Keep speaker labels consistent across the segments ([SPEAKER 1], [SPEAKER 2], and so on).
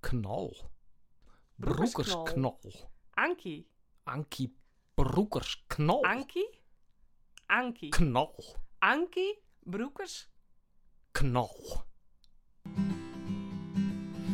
[SPEAKER 1] Knal.
[SPEAKER 2] Broekersknal.
[SPEAKER 1] Broekersknal.
[SPEAKER 2] Anki.
[SPEAKER 1] Ankie Broekersknal.
[SPEAKER 2] Anki. Anki.
[SPEAKER 1] Knal.
[SPEAKER 2] Anki. Broekers.
[SPEAKER 1] Knal.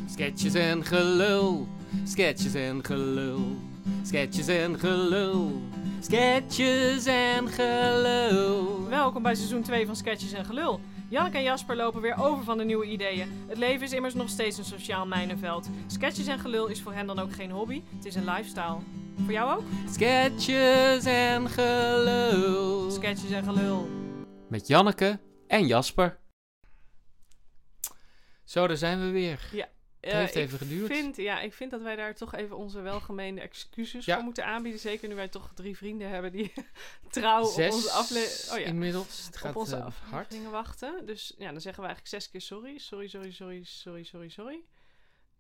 [SPEAKER 3] Sketches en gelul, sketches en gelul, sketches en gelul, sketches en gelul.
[SPEAKER 2] Welkom bij seizoen 2 van Sketches en Gelul. Janneke en Jasper lopen weer over van de nieuwe ideeën. Het leven is immers nog steeds een sociaal mijnenveld. Sketches en Gelul is voor hen dan ook geen hobby, het is een lifestyle. Voor jou ook?
[SPEAKER 3] Sketches en gelul.
[SPEAKER 2] Sketches en Gelul.
[SPEAKER 3] Met Janneke en Jasper. Zo, daar zijn we weer.
[SPEAKER 2] Het
[SPEAKER 3] heeft even geduurd.
[SPEAKER 2] Vind, ja, ik vind dat wij daar toch even onze welgemeende excuses
[SPEAKER 3] Ja.
[SPEAKER 2] voor moeten aanbieden. Zeker nu wij toch drie vrienden hebben die trouw Oh, op
[SPEAKER 3] Zes
[SPEAKER 2] onze aflevering... Oh ja,
[SPEAKER 3] inmiddels. Het gaat
[SPEAKER 2] op onze
[SPEAKER 3] eh, hard.
[SPEAKER 2] afleveringen wachten. Dus ja, dan zeggen we eigenlijk zes keer sorry. Sorry, sorry, sorry, sorry, sorry, sorry.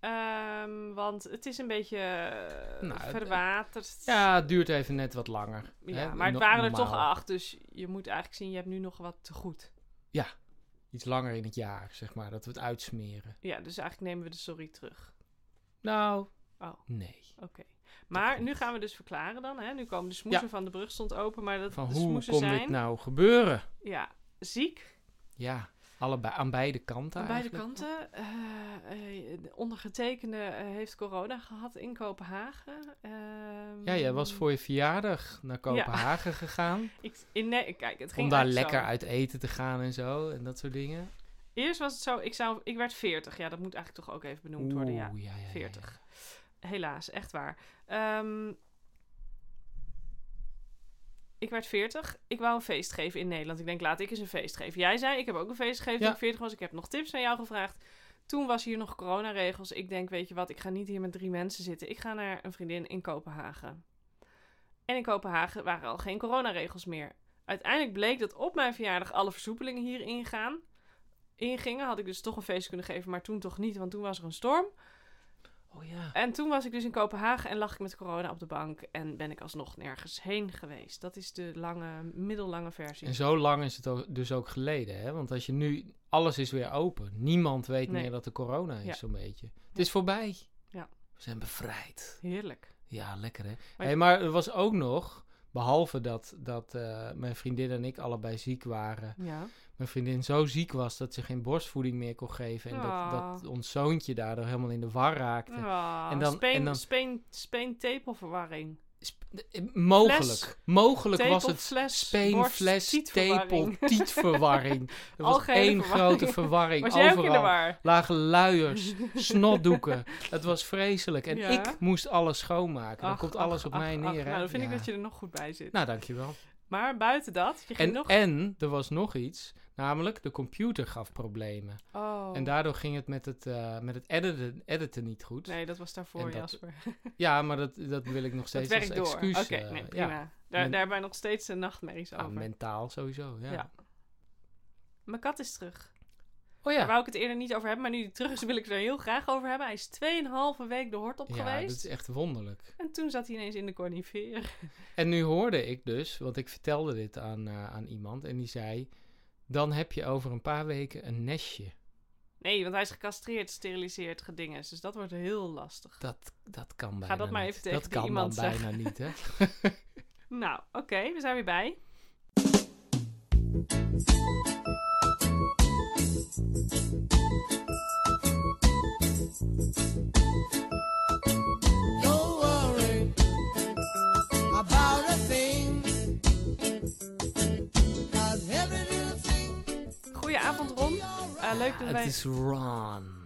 [SPEAKER 2] Ehm, want het is een beetje eh,
[SPEAKER 3] Nou, het-
[SPEAKER 2] verwaterd.
[SPEAKER 3] Ja, het duurt even net wat langer.
[SPEAKER 2] Ja,
[SPEAKER 3] hè,
[SPEAKER 2] maar het
[SPEAKER 3] no-
[SPEAKER 2] waren er toch
[SPEAKER 3] normaal.
[SPEAKER 2] acht. Dus je moet eigenlijk zien, je hebt nu nog wat te goed.
[SPEAKER 3] Iets langer in het jaar, zeg maar, dat we het uitsmeren.
[SPEAKER 2] Ja, dus eigenlijk nemen we de sorry terug.
[SPEAKER 3] Nou,
[SPEAKER 2] Oh,
[SPEAKER 3] nee.
[SPEAKER 2] oké. Maar
[SPEAKER 3] Toch
[SPEAKER 2] nu
[SPEAKER 3] niet.
[SPEAKER 2] gaan we dus verklaren dan. Hè? Nu komen de smoesen van de brug stond open. Maar dat,
[SPEAKER 3] Van
[SPEAKER 2] de
[SPEAKER 3] hoe
[SPEAKER 2] smoesen
[SPEAKER 3] kon
[SPEAKER 2] zijn
[SPEAKER 3] dit nou gebeuren?
[SPEAKER 2] ja, ziek.
[SPEAKER 3] Ja, allebei, aan beide kanten
[SPEAKER 2] Aan beide
[SPEAKER 3] eigenlijk.
[SPEAKER 2] kanten. Eh, eh, de ondergetekende eh, heeft corona gehad in Kopenhagen. Ehm,
[SPEAKER 3] Ja, jij was voor je verjaardag naar Kopenhagen gegaan.
[SPEAKER 2] Ik, in, nee, kijk, het ging
[SPEAKER 3] Om daar
[SPEAKER 2] eigenlijk
[SPEAKER 3] lekker
[SPEAKER 2] zo.
[SPEAKER 3] uit eten te gaan en zo. En dat soort dingen.
[SPEAKER 2] Eerst was het zo, ik, zou, ik werd 40. Ja, dat moet eigenlijk toch ook even benoemd worden. Ja,
[SPEAKER 3] Oeh, ja, ja, ja, ja.
[SPEAKER 2] 40. Helaas, echt waar. Ehm, ik werd 40. Ik wou een feest geven in Nederland. Ik denk, laat ik eens een feest geven. Jij zei, ik heb ook een feest gegeven
[SPEAKER 3] Ja.
[SPEAKER 2] toen ik 40 was. Ik heb nog tips aan jou gevraagd. Toen was hier nog coronaregels. Ik denk, weet je wat, ik ga niet hier met drie mensen zitten. Ik ga naar een vriendin in Kopenhagen. En in Kopenhagen waren al geen coronaregels meer. Uiteindelijk bleek dat op mijn verjaardag alle versoepelingen hier ingaan. Ingingen, had ik dus toch een feest kunnen geven, maar toen toch niet, want toen was er een storm.
[SPEAKER 3] Oh ja.
[SPEAKER 2] En toen was ik dus in Kopenhagen en lag ik met corona op de bank en ben ik alsnog nergens heen geweest. Dat is de lange, middellange versie.
[SPEAKER 3] En zo lang is het ook- dus ook geleden, hè? Want als je nu... Alles is weer open. Niemand weet
[SPEAKER 2] Nee.
[SPEAKER 3] meer dat er corona is,
[SPEAKER 2] Ja.
[SPEAKER 3] zo'n beetje. Het is voorbij.
[SPEAKER 2] Ja.
[SPEAKER 3] We zijn bevrijd.
[SPEAKER 2] Heerlijk.
[SPEAKER 3] Ja, lekker, hè?
[SPEAKER 2] Maar-
[SPEAKER 3] Maar, hey, maar er was ook nog... Behalve dat, dat eh, mijn vriendin en ik allebei ziek waren...
[SPEAKER 2] Ja.
[SPEAKER 3] mijn vriendin zo ziek was dat ze geen borstvoeding meer kon geven. En
[SPEAKER 2] Ah.
[SPEAKER 3] dat, dat ons zoontje daardoor helemaal in de war raakte.
[SPEAKER 2] Ah,
[SPEAKER 3] en dan-
[SPEAKER 2] speen,
[SPEAKER 3] en dan-
[SPEAKER 2] speen, speentepelverwarring.
[SPEAKER 3] Sp- eh, mogelijk.
[SPEAKER 2] Fles,
[SPEAKER 3] mogelijk was het
[SPEAKER 2] Tepelfles,
[SPEAKER 3] speen,
[SPEAKER 2] borst,
[SPEAKER 3] fles,
[SPEAKER 2] tietverwarring.
[SPEAKER 3] tepel, tietverwarring. Er was
[SPEAKER 2] Algehele
[SPEAKER 3] één
[SPEAKER 2] verwarring.
[SPEAKER 3] grote verwarring
[SPEAKER 2] Was jij
[SPEAKER 3] overal.
[SPEAKER 2] ook in de war?
[SPEAKER 3] Lagen luiers, snotdoeken. Het was vreselijk. En
[SPEAKER 2] Ja.
[SPEAKER 3] ik moest alles schoonmaken. Dan
[SPEAKER 2] Ach,
[SPEAKER 3] komt alles
[SPEAKER 2] ach,
[SPEAKER 3] op
[SPEAKER 2] ach,
[SPEAKER 3] mij
[SPEAKER 2] ach.
[SPEAKER 3] neer. hè?
[SPEAKER 2] nou, dan vind ik
[SPEAKER 3] Ja.
[SPEAKER 2] dat je er nog goed bij zit.
[SPEAKER 3] Nou, dankjewel.
[SPEAKER 2] Maar buiten dat, je ging
[SPEAKER 3] En,
[SPEAKER 2] nog...
[SPEAKER 3] en er was nog iets. Namelijk, de computer gaf problemen.
[SPEAKER 2] oh.
[SPEAKER 3] En daardoor ging het met het, eh, met het editen, editen niet goed.
[SPEAKER 2] Nee, dat was daarvoor,
[SPEAKER 3] En dat-
[SPEAKER 2] Jasper.
[SPEAKER 3] Ja, maar dat, dat wil ik nog
[SPEAKER 2] Dat
[SPEAKER 3] steeds als
[SPEAKER 2] werkt door.
[SPEAKER 3] excuus.
[SPEAKER 2] Oké,
[SPEAKER 3] eh,
[SPEAKER 2] nee, prima.
[SPEAKER 3] ja.
[SPEAKER 2] Daar,
[SPEAKER 3] Men-
[SPEAKER 2] daar hebben wij nog steeds de nachtmerries
[SPEAKER 3] Ah,
[SPEAKER 2] over.
[SPEAKER 3] mentaal sowieso, ja.
[SPEAKER 2] Ja. Mijn kat is terug.
[SPEAKER 3] Oh
[SPEAKER 2] Daar
[SPEAKER 3] ja.
[SPEAKER 2] wou ik het eerder niet over hebben, maar nu hij terug is, wil ik het er heel graag over hebben. Hij is 2,5 week de hort op
[SPEAKER 3] Ja, dat
[SPEAKER 2] geweest.
[SPEAKER 3] is echt wonderlijk.
[SPEAKER 2] En toen zat hij ineens in de corniveer.
[SPEAKER 3] En nu hoorde ik dus, want ik vertelde dit aan, eh, aan iemand en die zei... Dan heb je over een paar weken een nestje.
[SPEAKER 2] Nee, want hij is gecastreerd, steriliseerd, gedinges. Dus dat wordt heel lastig.
[SPEAKER 3] Dat, dat kan bijna
[SPEAKER 2] dat maar
[SPEAKER 3] niet.
[SPEAKER 2] even tegen
[SPEAKER 3] Dat
[SPEAKER 2] die
[SPEAKER 3] kan
[SPEAKER 2] iemand
[SPEAKER 3] dan
[SPEAKER 2] zeggen.
[SPEAKER 3] bijna niet, hè.
[SPEAKER 2] Nou, oké, we zijn weer bij.
[SPEAKER 4] Don't worry about a thing. 'Cause every little thing
[SPEAKER 2] Goedenavond, Ron. Eh, leuk dat
[SPEAKER 3] Het
[SPEAKER 2] wij...
[SPEAKER 3] is Ron.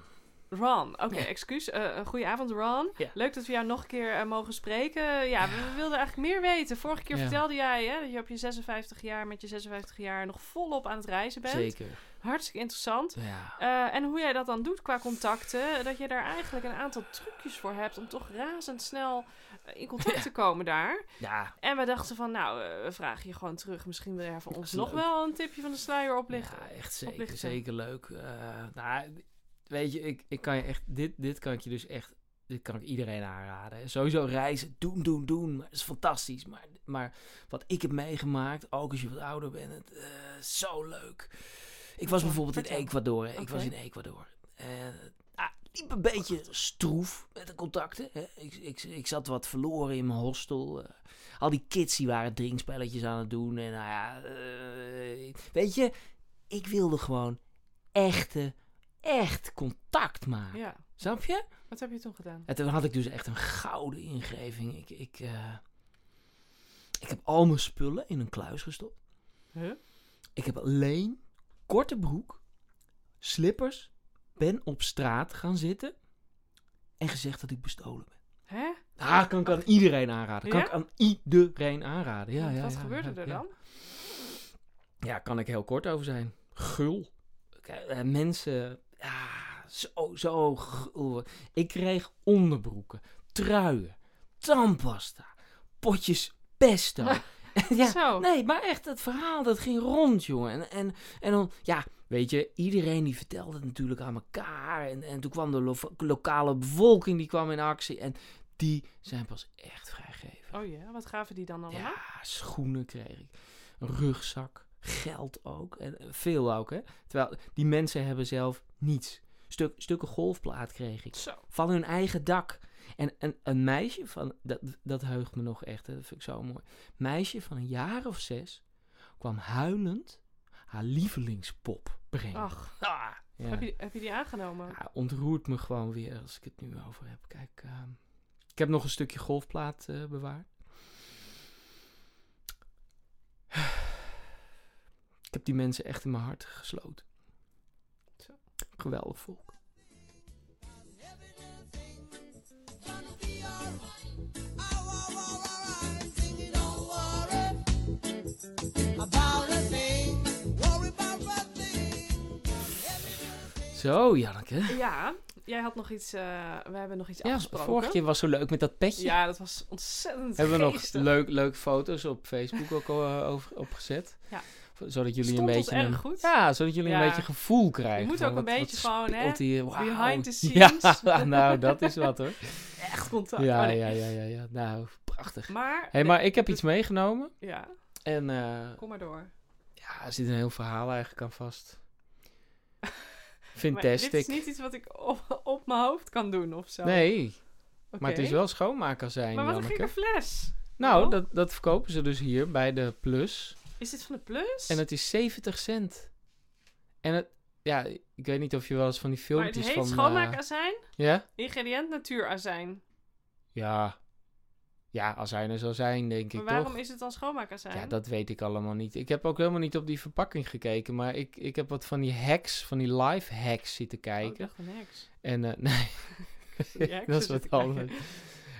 [SPEAKER 2] Ron, oké, excuus. Eh, eh, goedenavond, Ron.
[SPEAKER 3] Ja.
[SPEAKER 2] Leuk dat we jou nog een keer eh, mogen spreken. Ja, we, we wilden eigenlijk meer weten. Vorige keer
[SPEAKER 3] Ja.
[SPEAKER 2] vertelde jij hè, dat je op je 56 jaar, met je 56 jaar, nog volop aan het reizen bent.
[SPEAKER 3] Zeker.
[SPEAKER 2] Hartstikke interessant.
[SPEAKER 3] Ja.
[SPEAKER 2] Eh, en hoe jij dat dan doet qua contacten, dat je daar eigenlijk een aantal trucjes voor hebt om toch razendsnel eh, in contact te komen daar.
[SPEAKER 3] ja.
[SPEAKER 2] En we dachten van, nou, eh, we vragen je gewoon terug. Misschien wil jij voor
[SPEAKER 3] Dat
[SPEAKER 2] ons
[SPEAKER 3] is
[SPEAKER 2] nog
[SPEAKER 3] leuk.
[SPEAKER 2] wel een tipje van de sluier oplichten.
[SPEAKER 3] Ja, echt zeker,
[SPEAKER 2] Oplichten.
[SPEAKER 3] zeker leuk. Eh, nou, weet je, ik, ik kan je echt, dit, dit kan ik je dus echt, dit kan ik iedereen aanraden. Sowieso reizen, doen, doen, doen. Maar dat is fantastisch. Maar, maar wat ik heb meegemaakt, ook als je wat ouder bent, het, eh, zo leuk. Ik was
[SPEAKER 2] Vertel,
[SPEAKER 3] bijvoorbeeld in
[SPEAKER 2] vertel.
[SPEAKER 3] Ecuador. hè. Ik
[SPEAKER 2] Oké.
[SPEAKER 3] was in Ecuador. En ah, liep een beetje stroef met de contacten. Hè. Ik, ik, ik zat wat verloren in mijn hostel. eh. al die kids die waren drinkspelletjes aan het doen. En nou ja, eh, weet je, ik wilde gewoon echte, echt contact maken.
[SPEAKER 2] Ja.
[SPEAKER 3] Snap je?
[SPEAKER 2] Wat heb je toen gedaan?
[SPEAKER 3] En toen had ik dus echt een gouden ingeving. Ik, ik, eh, ik heb al mijn spullen in een kluis gestopt.
[SPEAKER 2] Huh?
[SPEAKER 3] Ik heb alleen korte broek, slippers, ben op straat gaan zitten en gezegd dat ik bestolen ben.
[SPEAKER 2] Hè?
[SPEAKER 3] Ah, kan ik aan iedereen aanraden. Kan
[SPEAKER 2] Ja?
[SPEAKER 3] ik aan iedereen aanraden. Ja, ja,
[SPEAKER 2] Wat
[SPEAKER 3] ja,
[SPEAKER 2] gebeurde
[SPEAKER 3] ja,
[SPEAKER 2] er
[SPEAKER 3] ja.
[SPEAKER 2] dan?
[SPEAKER 3] Ja, kan ik heel kort over zijn. Gul. Kijk, eh, mensen. Ja, zo, zo gul. Ik kreeg onderbroeken, truien, tandpasta, potjes pesto. ja,
[SPEAKER 2] Zo.
[SPEAKER 3] nee, maar echt, het verhaal dat ging rond, jongen. En, en, en dan, ja, weet je, iedereen die vertelde het natuurlijk aan elkaar. En, en toen kwam de lo- lokale bevolking, die kwam in actie. En die zijn pas echt vrijgegeven.
[SPEAKER 2] Oh ja, wat gaven die dan allemaal?
[SPEAKER 3] Ja, schoenen kreeg ik. Een rugzak. Geld ook. En eh, veel ook, hè. Terwijl die mensen hebben zelf niets. Stuk, stukken golfplaat kreeg ik.
[SPEAKER 2] Zo.
[SPEAKER 3] Van hun eigen dak. En een, een meisje van... Dat, dat heugt me nog echt, hè. Dat vind ik zo mooi. Meisje van een jaar of zes kwam huilend haar lievelingspop brengen.
[SPEAKER 2] Ach,
[SPEAKER 3] Ah, ja.
[SPEAKER 2] heb, je, heb je die aangenomen?
[SPEAKER 3] Ja, ontroert me gewoon weer als ik het nu over heb. Kijk, ehm, ik heb nog een stukje golfplaat eh, bewaard. Ik heb die mensen echt in mijn hart gesloten.
[SPEAKER 2] Zo.
[SPEAKER 3] Geweldig volk.
[SPEAKER 4] About a thing, worry about a thing.
[SPEAKER 3] Zo, Janneke.
[SPEAKER 2] Ja, jij had nog iets. eh, we hebben nog iets
[SPEAKER 3] Ja,
[SPEAKER 2] afgesproken.
[SPEAKER 3] vorige keer was zo leuk met dat petje.
[SPEAKER 2] Ja, dat was ontzettend.
[SPEAKER 3] Hebben we nog
[SPEAKER 2] geestig.
[SPEAKER 3] leuk, leuk foto's op Facebook ook al, eh, over, opgezet?
[SPEAKER 2] Ja.
[SPEAKER 3] Zodat jullie
[SPEAKER 2] Stond
[SPEAKER 3] een
[SPEAKER 2] ons
[SPEAKER 3] beetje
[SPEAKER 2] erg
[SPEAKER 3] een,
[SPEAKER 2] goed.
[SPEAKER 3] Ja, zodat jullie
[SPEAKER 2] Ja.
[SPEAKER 3] een beetje gevoel krijgen.
[SPEAKER 2] moet
[SPEAKER 3] van
[SPEAKER 2] ook een
[SPEAKER 3] wat- wat
[SPEAKER 2] beetje gewoon, hè,
[SPEAKER 3] speelt hier. Wauw.
[SPEAKER 2] behind the scenes.
[SPEAKER 3] Ja, nou, dat is wat hoor.
[SPEAKER 2] Echt contact.
[SPEAKER 3] Ja,
[SPEAKER 2] Oh, nee.
[SPEAKER 3] ja, ja, ja, ja. Nou, prachtig.
[SPEAKER 2] Maar.
[SPEAKER 3] hey, maar ik heb iets meegenomen.
[SPEAKER 2] Ja,
[SPEAKER 3] En eh,
[SPEAKER 2] kom maar door.
[SPEAKER 3] ja, er zit een heel verhaal eigenlijk aan vast.
[SPEAKER 2] Maar dit is
[SPEAKER 3] Fantastic.
[SPEAKER 2] niet iets wat ik op, op mijn hoofd kan doen of zo.
[SPEAKER 3] Nee,
[SPEAKER 2] Oké.
[SPEAKER 3] maar het is wel schoonmaker zijn,
[SPEAKER 2] Maar wat een
[SPEAKER 3] Janneke.
[SPEAKER 2] gekke fles.
[SPEAKER 3] Nou,
[SPEAKER 2] Oh.
[SPEAKER 3] dat, dat verkopen ze dus hier bij de Plus.
[SPEAKER 2] Is dit van de Plus?
[SPEAKER 3] En het is 70 cent. En het, ja, ik weet niet of je wel eens van die
[SPEAKER 2] maar het
[SPEAKER 3] filmpjes
[SPEAKER 2] heet
[SPEAKER 3] van... eh,
[SPEAKER 2] schoonmaakazijn,
[SPEAKER 3] ja?
[SPEAKER 2] ingrediënt natuurazijn.
[SPEAKER 3] Ja. Ja, als hij er zou zijn, denk
[SPEAKER 2] Maar
[SPEAKER 3] ik
[SPEAKER 2] waarom
[SPEAKER 3] toch.
[SPEAKER 2] is het dan schoonmaakazijn?
[SPEAKER 3] Ja, dat weet ik allemaal niet. Ik heb ook helemaal niet op die verpakking gekeken. Maar ik, ik heb wat van die hacks, van die live hacks zitten
[SPEAKER 2] Oh,
[SPEAKER 3] kijken.
[SPEAKER 2] ik dacht van niks.
[SPEAKER 3] En eh, nee,
[SPEAKER 2] Die hacks
[SPEAKER 3] dat is
[SPEAKER 2] zitten
[SPEAKER 3] wat
[SPEAKER 2] kijken.
[SPEAKER 3] anders.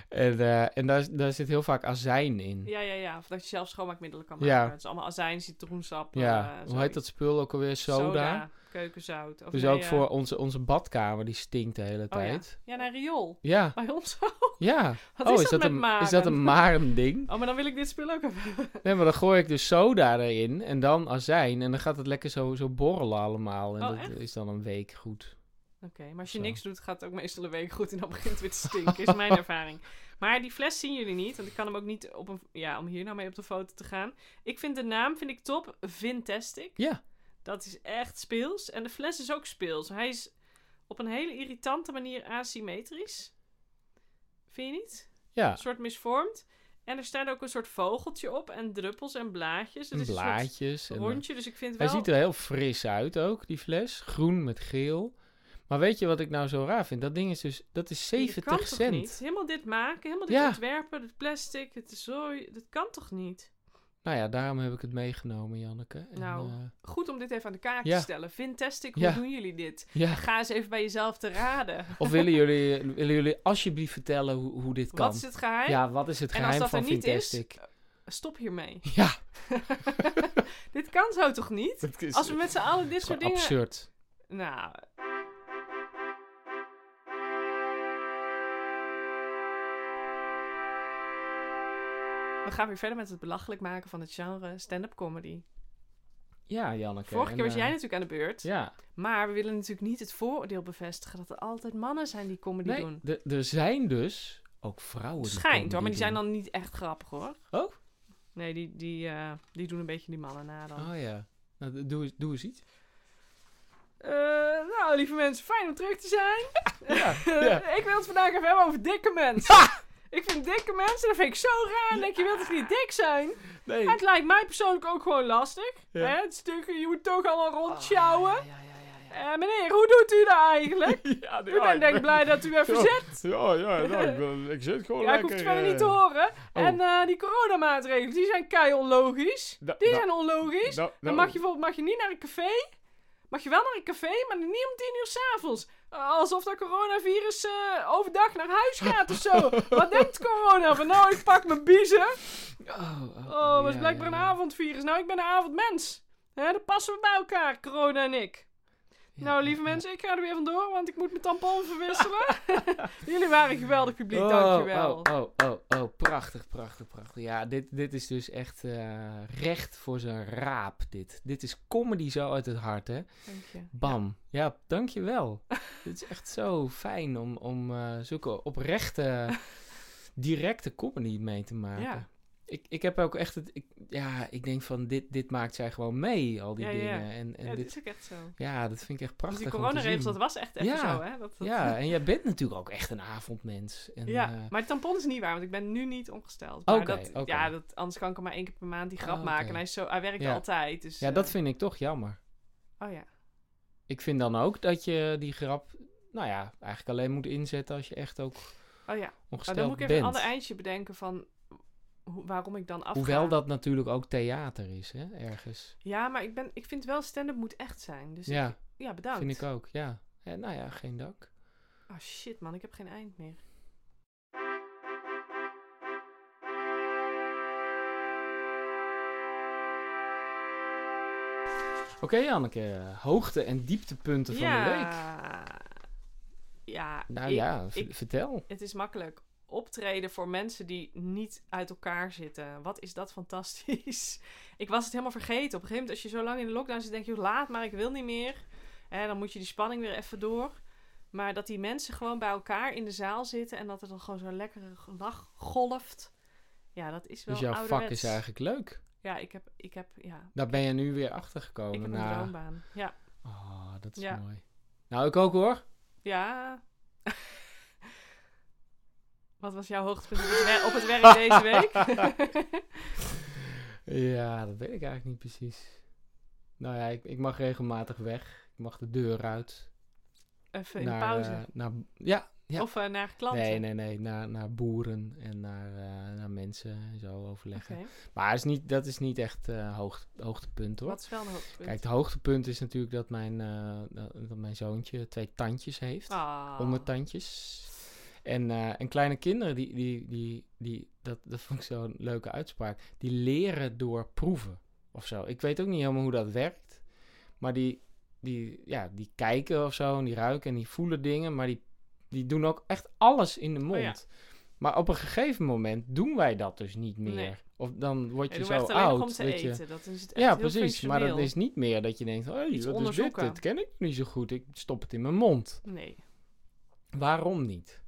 [SPEAKER 3] En, eh, en daar, daar zit heel vaak azijn in. Ja,
[SPEAKER 2] Ja, ja, ja. Of dat je zelf schoonmaakmiddelen kan
[SPEAKER 3] Ja.
[SPEAKER 2] maken. Het is allemaal azijn, citroensap. eh,
[SPEAKER 3] hoe heet
[SPEAKER 2] zoiets.
[SPEAKER 3] dat spul ook alweer? Soda.
[SPEAKER 2] keukenzout. Of
[SPEAKER 3] Dus
[SPEAKER 2] nee,
[SPEAKER 3] ook
[SPEAKER 2] eh, Oh
[SPEAKER 3] voor onze, onze badkamer, die stinkt de hele
[SPEAKER 2] ja.
[SPEAKER 3] tijd.
[SPEAKER 2] Ja, naar riool.
[SPEAKER 3] Ja,
[SPEAKER 2] Bij ons ook.
[SPEAKER 3] ja.
[SPEAKER 2] Wat
[SPEAKER 3] oh,
[SPEAKER 2] is, dat, met
[SPEAKER 3] een,
[SPEAKER 2] maren?
[SPEAKER 3] is dat een ding?
[SPEAKER 2] Oh, maar dan wil ik dit spul ook hebben.
[SPEAKER 3] Nee, maar dan gooi ik dus soda erin en dan azijn. En dan gaat het lekker zo, zo borrelen allemaal. En
[SPEAKER 2] Oh,
[SPEAKER 3] dat
[SPEAKER 2] echt?
[SPEAKER 3] is dan een week goed.
[SPEAKER 2] Oké, maar als je
[SPEAKER 3] Zo.
[SPEAKER 2] niks doet, gaat het ook meestal een week goed en dan begint het weer te stinken, is mijn ervaring. Maar die fles zien jullie niet, want ik kan hem ook niet op een... Ja, om hier nou mee op de foto te gaan. Ik vind de naam, vind ik top, Vintastic.
[SPEAKER 3] Ja.
[SPEAKER 2] Dat is echt speels. En de fles is ook speels. Hij is op een hele irritante manier asymmetrisch. Vind je niet?
[SPEAKER 3] Ja,
[SPEAKER 2] Een soort misvormd. En er staat ook een soort vogeltje op en druppels en blaadjes. Het
[SPEAKER 3] en
[SPEAKER 2] is Een
[SPEAKER 3] blaadjes.
[SPEAKER 2] soort
[SPEAKER 3] en, eh,
[SPEAKER 2] rondje, dus ik vind
[SPEAKER 3] Hij
[SPEAKER 2] wel...
[SPEAKER 3] ziet er heel fris uit ook, die fles. Groen met geel. Maar weet je wat ik nou zo raar vind? Dat ding is dus, dat is
[SPEAKER 2] Ja, dat kan
[SPEAKER 3] 70
[SPEAKER 2] toch niet?
[SPEAKER 3] cent.
[SPEAKER 2] Helemaal dit maken, helemaal dit
[SPEAKER 3] Ja.
[SPEAKER 2] ontwerpen, het plastic, het zooi. Dat kan toch niet?
[SPEAKER 3] Nou ja, daarom heb ik het meegenomen, Janneke. En,
[SPEAKER 2] Nou.
[SPEAKER 3] eh,
[SPEAKER 2] Goed om dit even aan de kaak
[SPEAKER 3] Ja.
[SPEAKER 2] te stellen. Vintastic, hoe
[SPEAKER 3] Ja.
[SPEAKER 2] doen jullie dit?
[SPEAKER 3] ja.
[SPEAKER 2] Ga eens even bij jezelf te raden.
[SPEAKER 3] Of willen jullie, willen jullie alsjeblieft vertellen hoe, hoe dit kan?
[SPEAKER 2] Wat is het geheim?
[SPEAKER 3] Ja, wat is het
[SPEAKER 2] en als
[SPEAKER 3] geheim
[SPEAKER 2] dat
[SPEAKER 3] van
[SPEAKER 2] er niet
[SPEAKER 3] Fantastic?
[SPEAKER 2] is, stop hiermee.
[SPEAKER 3] Ja,
[SPEAKER 2] dit kan zo toch niet?
[SPEAKER 3] het is,
[SPEAKER 2] Als we
[SPEAKER 3] het
[SPEAKER 2] met z'n allen dit
[SPEAKER 3] is
[SPEAKER 2] soort
[SPEAKER 3] gewoon
[SPEAKER 2] dingen...
[SPEAKER 3] absurd.
[SPEAKER 2] Nou, we gaan weer verder met het belachelijk maken van het genre stand-up comedy.
[SPEAKER 3] Ja, Janneke.
[SPEAKER 2] Vorige
[SPEAKER 3] en,
[SPEAKER 2] keer was
[SPEAKER 3] eh,
[SPEAKER 2] jij natuurlijk aan de beurt.
[SPEAKER 3] Ja,
[SPEAKER 2] Maar we willen natuurlijk niet het vooroordeel bevestigen dat er altijd mannen zijn die comedy
[SPEAKER 3] nee,
[SPEAKER 2] doen.
[SPEAKER 3] d- er zijn dus ook vrouwen die
[SPEAKER 2] Schijnt hoor, maar die zijn
[SPEAKER 3] comedy
[SPEAKER 2] dan niet echt grappig hoor.
[SPEAKER 3] doen. Oh,
[SPEAKER 2] Nee, die,
[SPEAKER 3] Ah.
[SPEAKER 2] die, eh, die doen een beetje die mannen na dan.
[SPEAKER 3] oh ja. Nou, d- doe, eens- doe eens iets.
[SPEAKER 2] Eh, nou, lieve mensen, fijn om terug te zijn.
[SPEAKER 3] Ja,
[SPEAKER 2] Eh, ik wil het vandaag even hebben over dikke mensen. Ik vind dikke mensen, dat vind ik zo raar. Ik Denk, je wilt toch niet dik zijn?
[SPEAKER 3] nee.
[SPEAKER 2] En het lijkt mij persoonlijk ook gewoon lastig.
[SPEAKER 3] Ja. Ah,
[SPEAKER 2] Hè? Het stuk, je moet toch allemaal rondschouwen.
[SPEAKER 3] Ja, ja, ja, ja, ja.
[SPEAKER 2] Eh, meneer, hoe doet u dat eigenlijk?
[SPEAKER 3] Ja,
[SPEAKER 2] Ik ben denk ik blij dat u even
[SPEAKER 3] Ja.
[SPEAKER 2] zit.
[SPEAKER 3] Ja, ja, nou, ik, ben- ik zit gewoon
[SPEAKER 2] Ja,
[SPEAKER 3] lekker...
[SPEAKER 2] ik hoef het verder niet te
[SPEAKER 3] eh,
[SPEAKER 2] horen.
[SPEAKER 3] oh.
[SPEAKER 2] En eh, die coronamaatregelen, die zijn kei onlogisch.
[SPEAKER 3] Da-
[SPEAKER 2] Die
[SPEAKER 3] da-
[SPEAKER 2] zijn onlogisch.
[SPEAKER 3] nou,
[SPEAKER 2] Dan
[SPEAKER 3] nou,
[SPEAKER 2] mag je bijvoorbeeld mag je niet naar een café. Mag je wel naar een café, maar niet om tien uur s'avonds. Eh, alsof dat coronavirus eh, overdag naar huis gaat of zo. Wat denkt corona? Van nou, ik pak mijn biezen.
[SPEAKER 3] Oh, oh,
[SPEAKER 2] Oh, dat is
[SPEAKER 3] ja,
[SPEAKER 2] blijkbaar
[SPEAKER 3] ja,
[SPEAKER 2] een
[SPEAKER 3] ja.
[SPEAKER 2] avondvirus. Nou, ik ben een avondmens. Hè, dan passen we bij elkaar, corona en ik.
[SPEAKER 3] Ja,
[SPEAKER 2] nou, lieve
[SPEAKER 3] ja, ja.
[SPEAKER 2] mensen, ik ga er weer vandoor, want ik moet mijn tampon verwisselen. Jullie waren een geweldig publiek,
[SPEAKER 3] Oh,
[SPEAKER 2] dankjewel.
[SPEAKER 3] Oh, oh, oh, oh, prachtig, prachtig, prachtig. Ja, dit, dit is dus echt eh, recht voor zijn raap, dit. Dit is comedy zo uit het hart, hè.
[SPEAKER 2] Dank je.
[SPEAKER 3] Bam. Ja, dankjewel. dit is echt zo fijn om, om eh, zulke oprechte, directe comedy mee te maken.
[SPEAKER 2] Ja.
[SPEAKER 3] Ik, ik heb ook echt het... Ik, ja, ik denk van, dit, dit maakt zij gewoon mee, al die
[SPEAKER 2] Ja, ja, ja.
[SPEAKER 3] dingen. En, en
[SPEAKER 2] Ja, dit
[SPEAKER 3] dit,
[SPEAKER 2] is ook echt zo.
[SPEAKER 3] ja, dat vind ik echt
[SPEAKER 2] Dus
[SPEAKER 3] prachtig
[SPEAKER 2] die
[SPEAKER 3] om te
[SPEAKER 2] coronaregels,
[SPEAKER 3] zien.
[SPEAKER 2] dat was echt even
[SPEAKER 3] Ja.
[SPEAKER 2] zo, hè? Dat, dat-
[SPEAKER 3] Ja, en jij bent natuurlijk ook echt een avondmens. En,
[SPEAKER 2] Ja,
[SPEAKER 3] eh,
[SPEAKER 2] maar het tampon is niet waar, want ik ben nu niet ongesteld. Maar
[SPEAKER 3] Oké,
[SPEAKER 2] dat,
[SPEAKER 3] oké.
[SPEAKER 2] Ja, dat, anders kan ik hem maar één keer per maand die grap
[SPEAKER 3] Ah,
[SPEAKER 2] maken.
[SPEAKER 3] oké.
[SPEAKER 2] En hij, is zo, hij werkt
[SPEAKER 3] Ja.
[SPEAKER 2] altijd, dus...
[SPEAKER 3] ja,
[SPEAKER 2] eh,
[SPEAKER 3] dat vind ik toch jammer.
[SPEAKER 2] Oh ja.
[SPEAKER 3] Ik vind dan ook dat je die grap, nou ja, eigenlijk alleen moet inzetten als je echt ook
[SPEAKER 2] Oh ja. Maar
[SPEAKER 3] ongesteld
[SPEAKER 2] dan moet ik even
[SPEAKER 3] bent.
[SPEAKER 2] een ander eindje bedenken van hoe- waarom ik dan afga.
[SPEAKER 3] Hoewel dat natuurlijk ook theater is, hè, ergens.
[SPEAKER 2] Ja, maar ik, ben, ik vind wel stand-up moet echt zijn. Dus ja,
[SPEAKER 3] ja,
[SPEAKER 2] ik, ja bedankt.
[SPEAKER 3] vind ik ook, ja. Ja, Nou ja, geen dank.
[SPEAKER 2] Oh shit man, ik heb geen eind meer.
[SPEAKER 3] Oké, Janneke, hoogte- en dieptepunten van de week.
[SPEAKER 2] ja. Ja,
[SPEAKER 3] Nou
[SPEAKER 2] ik-
[SPEAKER 3] ja, v-
[SPEAKER 2] ik-
[SPEAKER 3] vertel.
[SPEAKER 2] het is makkelijk. Optreden voor mensen die niet uit elkaar zitten. Wat is dat fantastisch? Ik was het helemaal vergeten. Op een gegeven moment, als je zo lang in de lockdown zit, denk je, laat maar, ik wil niet meer. En dan moet je die spanning weer even door. Maar dat die mensen gewoon bij elkaar in de zaal zitten en dat er dan gewoon zo'n lekkere lach golft. Ja, dat is wel
[SPEAKER 3] Dus jouw vak
[SPEAKER 2] ouderwets.
[SPEAKER 3] is eigenlijk leuk.
[SPEAKER 2] Ja, ik heb, ik heb, ja,
[SPEAKER 3] Daar ben je nu weer
[SPEAKER 2] ik
[SPEAKER 3] achtergekomen.
[SPEAKER 2] heb een
[SPEAKER 3] na-
[SPEAKER 2] droombaan. Ja,
[SPEAKER 3] Oh, dat is
[SPEAKER 2] Ja.
[SPEAKER 3] mooi. Nou, ik ook hoor.
[SPEAKER 2] ja. Wat was jouw hoogtepunt op het wer- op het werk deze week?
[SPEAKER 3] Ja, dat weet ik eigenlijk niet precies. Nou ja, ik, ik mag regelmatig weg. Ik mag de deur uit.
[SPEAKER 2] Even in
[SPEAKER 3] naar,
[SPEAKER 2] pauze.
[SPEAKER 3] eh, naar, ja, ja.
[SPEAKER 2] Of eh, naar klanten.
[SPEAKER 3] nee, nee, nee. Naar, naar boeren en naar, eh, naar mensen en zo overleggen.
[SPEAKER 2] Oké.
[SPEAKER 3] Maar het is niet, dat is niet echt eh hoog, hoogtepunt hoor.
[SPEAKER 2] Wat is wel een hoogtepunt?
[SPEAKER 3] Kijk, het hoogtepunt is natuurlijk dat mijn, eh, dat, dat mijn zoontje twee tandjes heeft.
[SPEAKER 2] Ah.
[SPEAKER 3] Ondertandjes. En, eh, en kleine kinderen, die, die, die, die, dat, dat vond ik zo'n leuke uitspraak. Die leren door proeven of zo. Ik weet ook niet helemaal hoe dat werkt. Maar die, die, ja, die kijken of zo en die ruiken en die voelen dingen. Maar die, die doen ook echt alles in de mond.
[SPEAKER 2] Oh ja.
[SPEAKER 3] Maar op een gegeven moment doen wij dat dus niet meer.
[SPEAKER 2] Nee.
[SPEAKER 3] Of dan word
[SPEAKER 2] Ja,
[SPEAKER 3] je
[SPEAKER 2] doen we
[SPEAKER 3] zo
[SPEAKER 2] echt alleen nog om
[SPEAKER 3] oud.
[SPEAKER 2] te
[SPEAKER 3] dat je,
[SPEAKER 2] eten. Dat is het echt
[SPEAKER 3] ja,
[SPEAKER 2] heel
[SPEAKER 3] precies. Maar dat
[SPEAKER 2] functioneel.
[SPEAKER 3] is niet meer dat je denkt: hé, hey,
[SPEAKER 2] Iets
[SPEAKER 3] wat is dit?
[SPEAKER 2] onderzoeken.
[SPEAKER 3] Dit ken ik niet zo goed. Ik stop het in mijn mond.
[SPEAKER 2] Nee,
[SPEAKER 3] Waarom niet?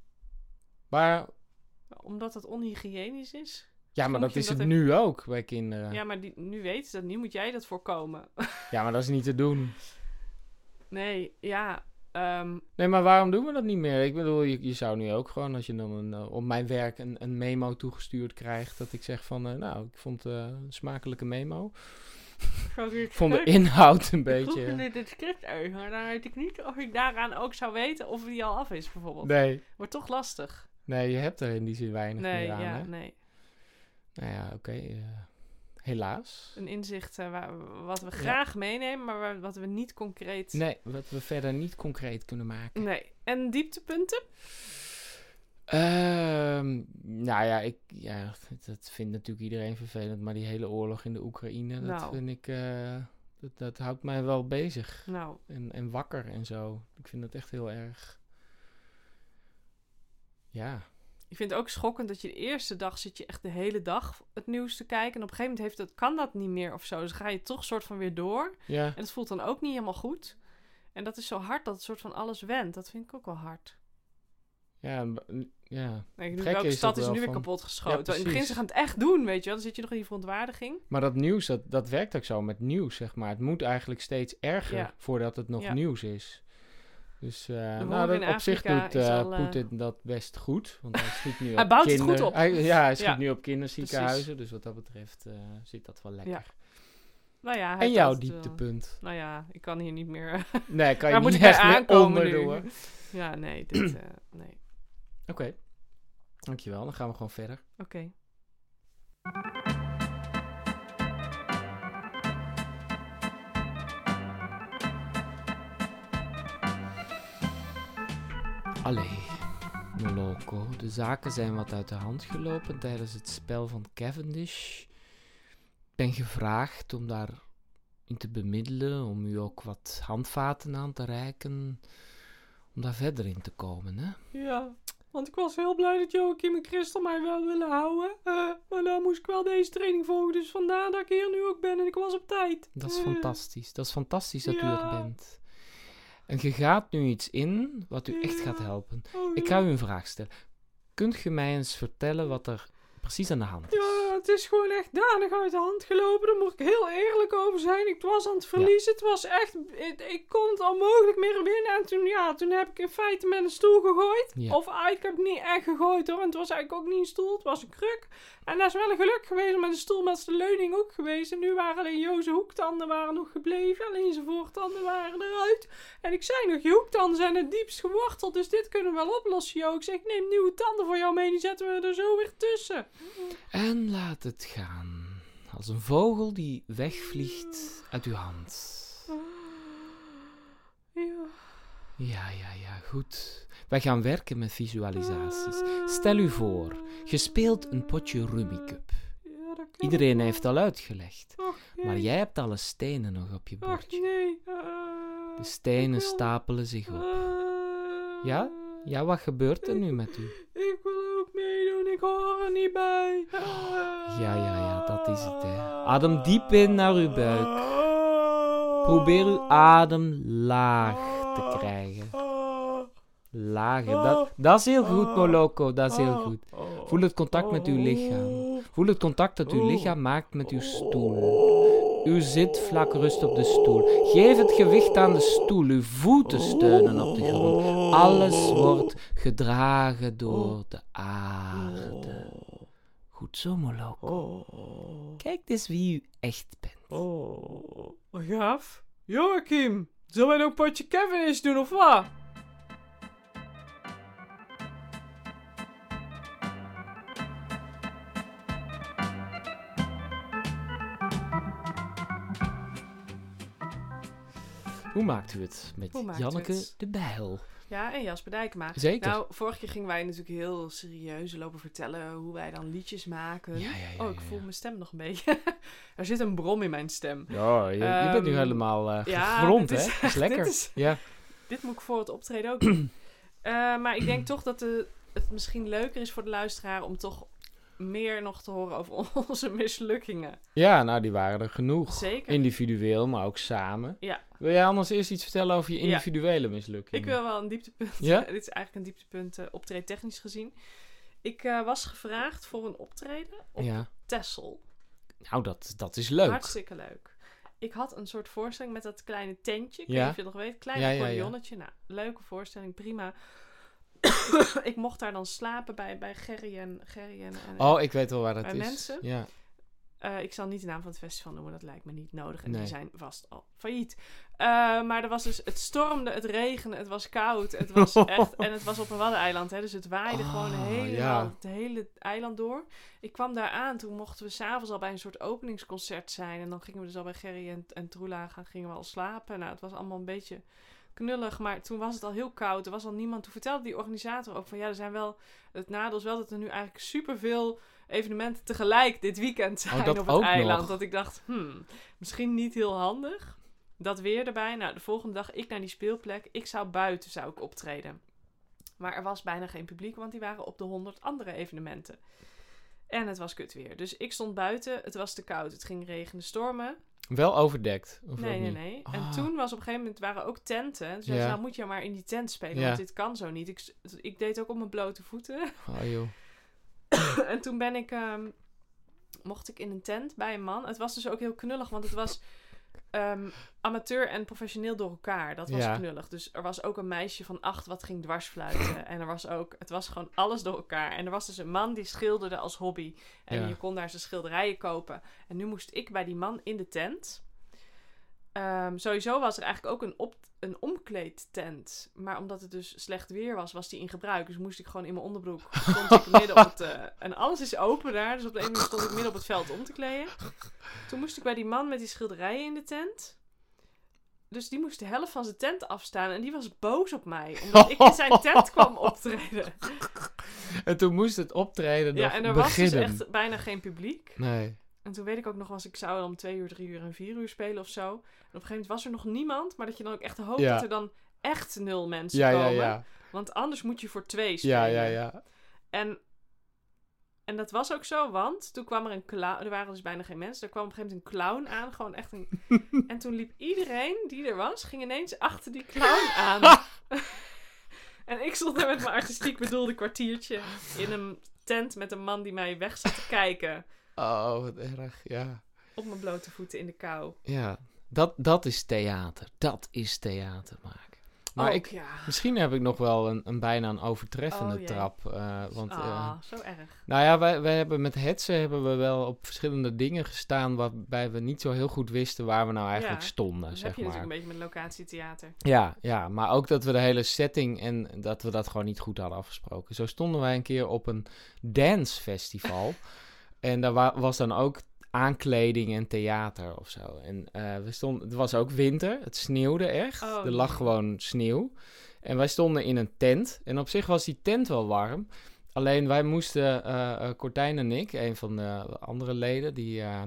[SPEAKER 3] Waar...
[SPEAKER 2] omdat dat onhygiënisch is.
[SPEAKER 3] Ja, maar dat
[SPEAKER 2] Soms vind
[SPEAKER 3] is
[SPEAKER 2] ik
[SPEAKER 3] het
[SPEAKER 2] dat er-
[SPEAKER 3] nu ook bij kinderen.
[SPEAKER 2] Ja,
[SPEAKER 3] Ja.
[SPEAKER 2] maar die, nu weten ze dat niet, moet jij dat voorkomen.
[SPEAKER 3] maar dat is niet te doen.
[SPEAKER 2] nee, ja. ehm,
[SPEAKER 3] Nee, maar waarom doen we dat niet meer? Ik bedoel, je, je zou nu ook gewoon, als je dan een, eh, op mijn werk een, een memo toegestuurd krijgt, dat ik zeg van, eh, nou, ik vond eh, een smakelijke memo.
[SPEAKER 2] gewoon weer
[SPEAKER 3] Ik vond de
[SPEAKER 2] terug.
[SPEAKER 3] inhoud een
[SPEAKER 2] Ik vroeg
[SPEAKER 3] beetje...
[SPEAKER 2] me dit script uit, maar dan weet ik niet of ik daaraan ook zou weten of die al af is, bijvoorbeeld.
[SPEAKER 3] Nee,
[SPEAKER 2] Wordt toch lastig.
[SPEAKER 3] nee, je hebt er in die zin weinig
[SPEAKER 2] Nee,
[SPEAKER 3] meer aan,
[SPEAKER 2] ja,
[SPEAKER 3] hè?
[SPEAKER 2] nee.
[SPEAKER 3] Nou ja, oké, eh, helaas.
[SPEAKER 2] Een inzicht eh, waar, wat we graag meenemen, maar waar- wat we niet concreet...
[SPEAKER 3] Nee, wat we verder niet concreet kunnen maken.
[SPEAKER 2] nee. En dieptepunten?
[SPEAKER 3] Ehm, nou ja, ik, ja, dat vindt natuurlijk iedereen vervelend, maar die hele oorlog in de Oekraïne, dat
[SPEAKER 2] Nou.
[SPEAKER 3] vind ik, eh, dat, dat houdt mij wel bezig
[SPEAKER 2] Nou,
[SPEAKER 3] en, en wakker en zo. Ik vind dat echt heel erg. Ja,
[SPEAKER 2] Ik vind het ook schokkend dat je de eerste dag zit je echt de hele dag het nieuws te kijken. En op een gegeven moment heeft dat, kan dat niet meer of zo. Dus ga je toch soort van weer door.
[SPEAKER 3] ja,
[SPEAKER 2] En dat voelt dan ook niet helemaal goed. En dat is zo hard dat het soort van alles wendt. Dat vind ik ook wel hard.
[SPEAKER 3] Ja, m- ja.
[SPEAKER 2] Nee, nu,
[SPEAKER 3] gekke
[SPEAKER 2] welke
[SPEAKER 3] is
[SPEAKER 2] stad
[SPEAKER 3] dat
[SPEAKER 2] is
[SPEAKER 3] wel
[SPEAKER 2] nu weer
[SPEAKER 3] van-
[SPEAKER 2] kapot
[SPEAKER 3] Ja,
[SPEAKER 2] geschoten? in
[SPEAKER 3] precies.
[SPEAKER 2] het begin, ze gaan het echt doen, weet je wel. Dan zit je nog in die verontwaardiging.
[SPEAKER 3] Maar dat nieuws, dat, dat werkt ook zo met nieuws, zeg maar. Het moet eigenlijk steeds erger
[SPEAKER 2] Ja.
[SPEAKER 3] voordat het nog
[SPEAKER 2] Ja.
[SPEAKER 3] nieuws is. Dus eh, nou,
[SPEAKER 2] honger
[SPEAKER 3] dat, op
[SPEAKER 2] in
[SPEAKER 3] zich
[SPEAKER 2] Afrika
[SPEAKER 3] doet
[SPEAKER 2] is
[SPEAKER 3] eh,
[SPEAKER 2] al, eh,
[SPEAKER 3] Poetin dat best goed. Want hij schiet nu
[SPEAKER 2] Hij
[SPEAKER 3] op
[SPEAKER 2] bouwt het
[SPEAKER 3] kinder-
[SPEAKER 2] goed op.
[SPEAKER 3] Hij- ja, hij schiet
[SPEAKER 2] Ja.
[SPEAKER 3] nu op kinderziekenhuizen. Dus wat dat betreft eh, zit dat wel lekker.
[SPEAKER 2] Nou ja, hij
[SPEAKER 3] En
[SPEAKER 2] heeft
[SPEAKER 3] jouw
[SPEAKER 2] altijd, eh,
[SPEAKER 3] dieptepunt?
[SPEAKER 2] nou ja, ik kan hier niet meer...
[SPEAKER 3] Nee, kan je
[SPEAKER 2] Waar moet
[SPEAKER 3] niet
[SPEAKER 2] ik bij
[SPEAKER 3] echt meer
[SPEAKER 2] aankomen
[SPEAKER 3] onderdoor. Oké,
[SPEAKER 2] nu? ja, nee, dit... eh, nee.
[SPEAKER 3] dankjewel. Dan gaan we gewoon verder.
[SPEAKER 2] Oké.
[SPEAKER 3] Allee, Moloko. De zaken zijn wat uit de hand gelopen tijdens het spel van Cavendish. Ik ben gevraagd om daarin te bemiddelen, om u ook wat handvaten aan te reiken, om daar verder in te komen, hè?
[SPEAKER 2] Ja, want ik was heel blij dat Joachim en Christel mij wel willen houden. Eh, maar dan moest ik wel deze training volgen, dus vandaar dat ik hier nu ook ben en ik was op tijd.
[SPEAKER 3] Dat is
[SPEAKER 2] Eh,
[SPEAKER 3] fantastisch. Dat is fantastisch dat u er
[SPEAKER 2] ja.
[SPEAKER 3] bent. En je gaat nu iets in wat u echt gaat
[SPEAKER 2] Ja.
[SPEAKER 3] helpen.
[SPEAKER 2] oh,
[SPEAKER 3] Ik
[SPEAKER 2] ja.
[SPEAKER 3] ga u een vraag stellen. Kunt u mij eens vertellen wat er precies aan de hand is?
[SPEAKER 2] Ja, het is gewoon echt danig uit de hand gelopen. Daar moet ik heel eerlijk over zijn. Ik was aan het verliezen. Het was echt... Ik, ik kon het onmogelijk meer winnen. En toen, ja, toen heb ik in feite met een stoel gegooid.
[SPEAKER 3] Ja.
[SPEAKER 2] Of ah, ik heb het niet echt gegooid hoor. En het was eigenlijk ook niet een stoel. Het was een kruk. En dat is wel een geluk geweest. Maar de stoel was de leuning ook geweest. En nu waren alleen Joze hoektanden waren nog gebleven. Alleen zijn voortanden waren eruit. En ik zei nog, je hoektanden zijn het diepst geworteld. Dus dit kunnen we wel oplossen, Jo. Ik zeg, ik neem nieuwe tanden voor jou mee. Die zetten we er zo weer tussen.
[SPEAKER 3] En laat het gaan. Als een vogel die wegvliegt uit uw hand.
[SPEAKER 2] Ja.
[SPEAKER 3] Ja, ja, ja, goed. Wij gaan werken met visualisaties. Stel u voor, je speelt een potje Rummy Cup.
[SPEAKER 2] Ja, dat kan
[SPEAKER 3] Iedereen
[SPEAKER 2] ik
[SPEAKER 3] heeft
[SPEAKER 2] wel.
[SPEAKER 3] al uitgelegd.
[SPEAKER 2] Och, nee.
[SPEAKER 3] Maar jij hebt alle stenen nog op je
[SPEAKER 2] Ach
[SPEAKER 3] bordje.
[SPEAKER 2] nee. Eh,
[SPEAKER 3] De stenen
[SPEAKER 2] ik wil-
[SPEAKER 3] stapelen zich op.
[SPEAKER 2] Eh,
[SPEAKER 3] Ja? Ja, wat gebeurt er nu met u?
[SPEAKER 2] Ik wil ook meedoen, ik hoor er niet bij. Eh,
[SPEAKER 3] Ja, ja, ja, dat is het, hè. Adem diep in naar uw buik.
[SPEAKER 2] Eh,
[SPEAKER 3] Probeer uw adem laag te krijgen.
[SPEAKER 2] Eh,
[SPEAKER 3] Lager. Dat, dat is heel goed, Moloko. Dat is heel
[SPEAKER 2] eh,
[SPEAKER 3] goed. Voel het contact met uw lichaam. Voel het contact dat uw lichaam
[SPEAKER 2] Oh.
[SPEAKER 3] maakt met uw
[SPEAKER 2] eh,
[SPEAKER 3] stoel. Uw zitvlak rust op de stoel. Geef het gewicht aan de stoel. Uw voeten steunen op de grond. Alles wordt gedragen door de aarde. Goed zo, Moloko. Kijk eens wie u echt bent.
[SPEAKER 2] Oh, wat gaaf. Joachim, zullen wij nou een potje Kevin eens doen of wat?
[SPEAKER 3] Hoe maakt u het met
[SPEAKER 2] Hoe maakt u
[SPEAKER 3] Janneke
[SPEAKER 2] het?
[SPEAKER 3] de Bijl?
[SPEAKER 2] Ja, en Jasper Dijkema.
[SPEAKER 3] Zeker.
[SPEAKER 2] Nou, vorige keer gingen wij natuurlijk heel serieus lopen vertellen hoe wij dan liedjes maken.
[SPEAKER 3] Ja, ja, ja,
[SPEAKER 2] oh, ik
[SPEAKER 3] ja,
[SPEAKER 2] voel
[SPEAKER 3] ja.
[SPEAKER 2] mijn stem nog een beetje. er zit een brom in mijn stem.
[SPEAKER 3] Ja, je, je bent nu
[SPEAKER 2] Ehm,
[SPEAKER 3] helemaal eh
[SPEAKER 2] ja,
[SPEAKER 3] gegrond,
[SPEAKER 2] dit
[SPEAKER 3] hè?
[SPEAKER 2] is
[SPEAKER 3] Dat is
[SPEAKER 2] echt-
[SPEAKER 3] lekker.
[SPEAKER 2] dit is-
[SPEAKER 3] Ja.
[SPEAKER 2] Dit moet ik voor het optreden ook doen. Eh, maar ik denk toch dat de, het misschien leuker is voor de luisteraar om toch meer nog te horen over onze mislukkingen.
[SPEAKER 3] ja, nou, die waren er genoeg.
[SPEAKER 2] Zeker.
[SPEAKER 3] Individueel, maar ook samen.
[SPEAKER 2] Ja.
[SPEAKER 3] Wil jij anders eerst iets vertellen over je
[SPEAKER 2] Ja.
[SPEAKER 3] individuele mislukkingen?
[SPEAKER 2] Ik eh, wil wel een dieptepunt.
[SPEAKER 3] Ja?
[SPEAKER 2] Dit is eigenlijk een dieptepunt eh optreedtechnisch gezien. Ik eh, was gevraagd voor een optreden op
[SPEAKER 3] Ja.
[SPEAKER 2] Texel.
[SPEAKER 3] Nou, dat, dat is leuk.
[SPEAKER 2] Hartstikke leuk. Ik had een soort voorstelling met dat kleine tentje. Ik
[SPEAKER 3] Ja.
[SPEAKER 2] weet niet of je het nog weet. Klein
[SPEAKER 3] Ja, ja, ja.
[SPEAKER 2] accordeonnetje. Nou, leuke voorstelling. Prima. ik mocht daar dan slapen bij, bij Gerry en... Gerry en, en
[SPEAKER 3] Oh, ik weet wel waar dat
[SPEAKER 2] Bij
[SPEAKER 3] is.
[SPEAKER 2] mensen?
[SPEAKER 3] Ja.
[SPEAKER 2] eh, ik zal niet de naam van het festival noemen, dat lijkt me niet nodig. En
[SPEAKER 3] Nee.
[SPEAKER 2] die zijn vast al failliet. Eh, maar er was dus, het stormde, het regende, het was koud. Het was echt, en het was op een waddeneiland, hè, dus het waaide
[SPEAKER 3] Ah,
[SPEAKER 2] gewoon helemaal
[SPEAKER 3] ja.
[SPEAKER 2] het hele eiland door. Ik kwam daar aan, toen mochten we s'avonds al bij een soort openingsconcert zijn. En dan gingen we dus al bij Gerry en, en Troela gaan, gingen we al slapen. Nou, het was allemaal een beetje knullig, maar toen was het al heel koud. Er was al niemand. Toen vertelde die organisator ook van, ja, er zijn wel... Het nadeel is wel dat er nu eigenlijk superveel evenementen tegelijk dit weekend zijn
[SPEAKER 3] Oh, dat ook
[SPEAKER 2] op het
[SPEAKER 3] nog.
[SPEAKER 2] eiland. Dat ik dacht, hmm, misschien niet heel handig. Dat weer erbij. Nou, de volgende dag ik naar die speelplek. Ik zou buiten zou ik optreden. Maar er was bijna geen publiek, want die waren op de 100 andere evenementen. En het was kut weer. Dus ik stond buiten. Het was te koud. Het ging regenen, stormen.
[SPEAKER 3] Wel overdekt. Of ook
[SPEAKER 2] Nee, nee,
[SPEAKER 3] niet?
[SPEAKER 2] nee. En
[SPEAKER 3] Ah.
[SPEAKER 2] toen was op een gegeven moment waren ook tenten. Dus
[SPEAKER 3] Ja.
[SPEAKER 2] nou moet je maar in die tent spelen,
[SPEAKER 3] Ja.
[SPEAKER 2] want dit kan zo niet. Ik, ik deed ook op mijn blote voeten.
[SPEAKER 3] Oh joh.
[SPEAKER 2] en toen ben ik, ehm, mocht ik in een tent bij een man. Het was dus ook heel knullig, want het was ehm, amateur en professioneel door elkaar. Dat was
[SPEAKER 3] Ja.
[SPEAKER 2] knullig. Dus er was ook een meisje van acht wat ging dwarsfluiten. en er was ook, het was gewoon alles door elkaar. En er was dus een man die schilderde als hobby. En
[SPEAKER 3] Ja.
[SPEAKER 2] je kon daar zijn schilderijen kopen. En nu moest ik bij die man in de tent. Ehm, sowieso was er eigenlijk ook een, op, een omkleedtent. Maar omdat het dus slecht weer was, was die in gebruik. Dus moest ik gewoon in mijn onderbroek. Stond ik midden op het, eh, en alles is open daar. Dus op de ene manier stond ik midden op het veld om te kleden. Toen moest ik bij die man met die schilderijen in de tent. Dus die moest de helft van zijn tent afstaan. En die was boos op mij. Omdat ik in zijn tent kwam optreden.
[SPEAKER 3] En toen moest het optreden nog
[SPEAKER 2] Ja, en er was dus
[SPEAKER 3] beginnen.
[SPEAKER 2] echt bijna geen publiek.
[SPEAKER 3] Nee.
[SPEAKER 2] En toen weet ik ook nog, was ik zou om twee uur, drie uur en vier uur spelen of zo. En op een gegeven moment was er nog niemand, maar dat je dan ook echt hoopt
[SPEAKER 3] Ja.
[SPEAKER 2] dat er dan echt nul mensen
[SPEAKER 3] Ja, ja,
[SPEAKER 2] komen.
[SPEAKER 3] ja.
[SPEAKER 2] Want anders moet je voor twee spelen.
[SPEAKER 3] Ja, ja, ja.
[SPEAKER 2] En, en dat was ook zo, want toen kwam er een clown, er waren dus bijna geen mensen, er kwam op een gegeven moment een clown aan, gewoon echt een... en toen liep iedereen die er was, ging ineens achter die clown aan. en ik stond daar met mijn artistiek bedoelde kwartiertje in een tent met een man die mij weg zat te kijken.
[SPEAKER 3] Oh, wat erg. Ja.
[SPEAKER 2] Op mijn blote voeten in de kou.
[SPEAKER 3] Ja. Dat, dat is theater. Dat is theater maken. Maar
[SPEAKER 2] Ook,
[SPEAKER 3] ik,
[SPEAKER 2] ja.
[SPEAKER 3] misschien heb ik nog wel een, een bijna een overtreffende
[SPEAKER 2] Oh, jee.
[SPEAKER 3] trap. eh, want, eh,
[SPEAKER 2] Ah, zo erg.
[SPEAKER 3] nou ja, wij, wij hebben met hetsen hebben we wel op verschillende dingen gestaan waarbij we niet zo heel goed wisten waar we nou eigenlijk
[SPEAKER 2] Ja.
[SPEAKER 3] stonden.
[SPEAKER 2] Dat
[SPEAKER 3] zeg
[SPEAKER 2] heb je
[SPEAKER 3] maar.
[SPEAKER 2] natuurlijk een beetje met locatietheater.
[SPEAKER 3] Ja, ja, maar ook dat we de hele setting en dat we dat gewoon niet goed hadden afgesproken. Zo stonden wij een keer op een dancefestival. en daar wa- was dan ook aankleding en theater of zo. En eh, we stonden, het was ook winter, het sneeuwde echt.
[SPEAKER 2] Oh,
[SPEAKER 3] er lag
[SPEAKER 2] nee.
[SPEAKER 3] gewoon sneeuw. En wij stonden in een tent. En op zich was die tent wel warm. Alleen wij moesten, eh eh, Cortijn en ik, een van de andere leden, die... eh,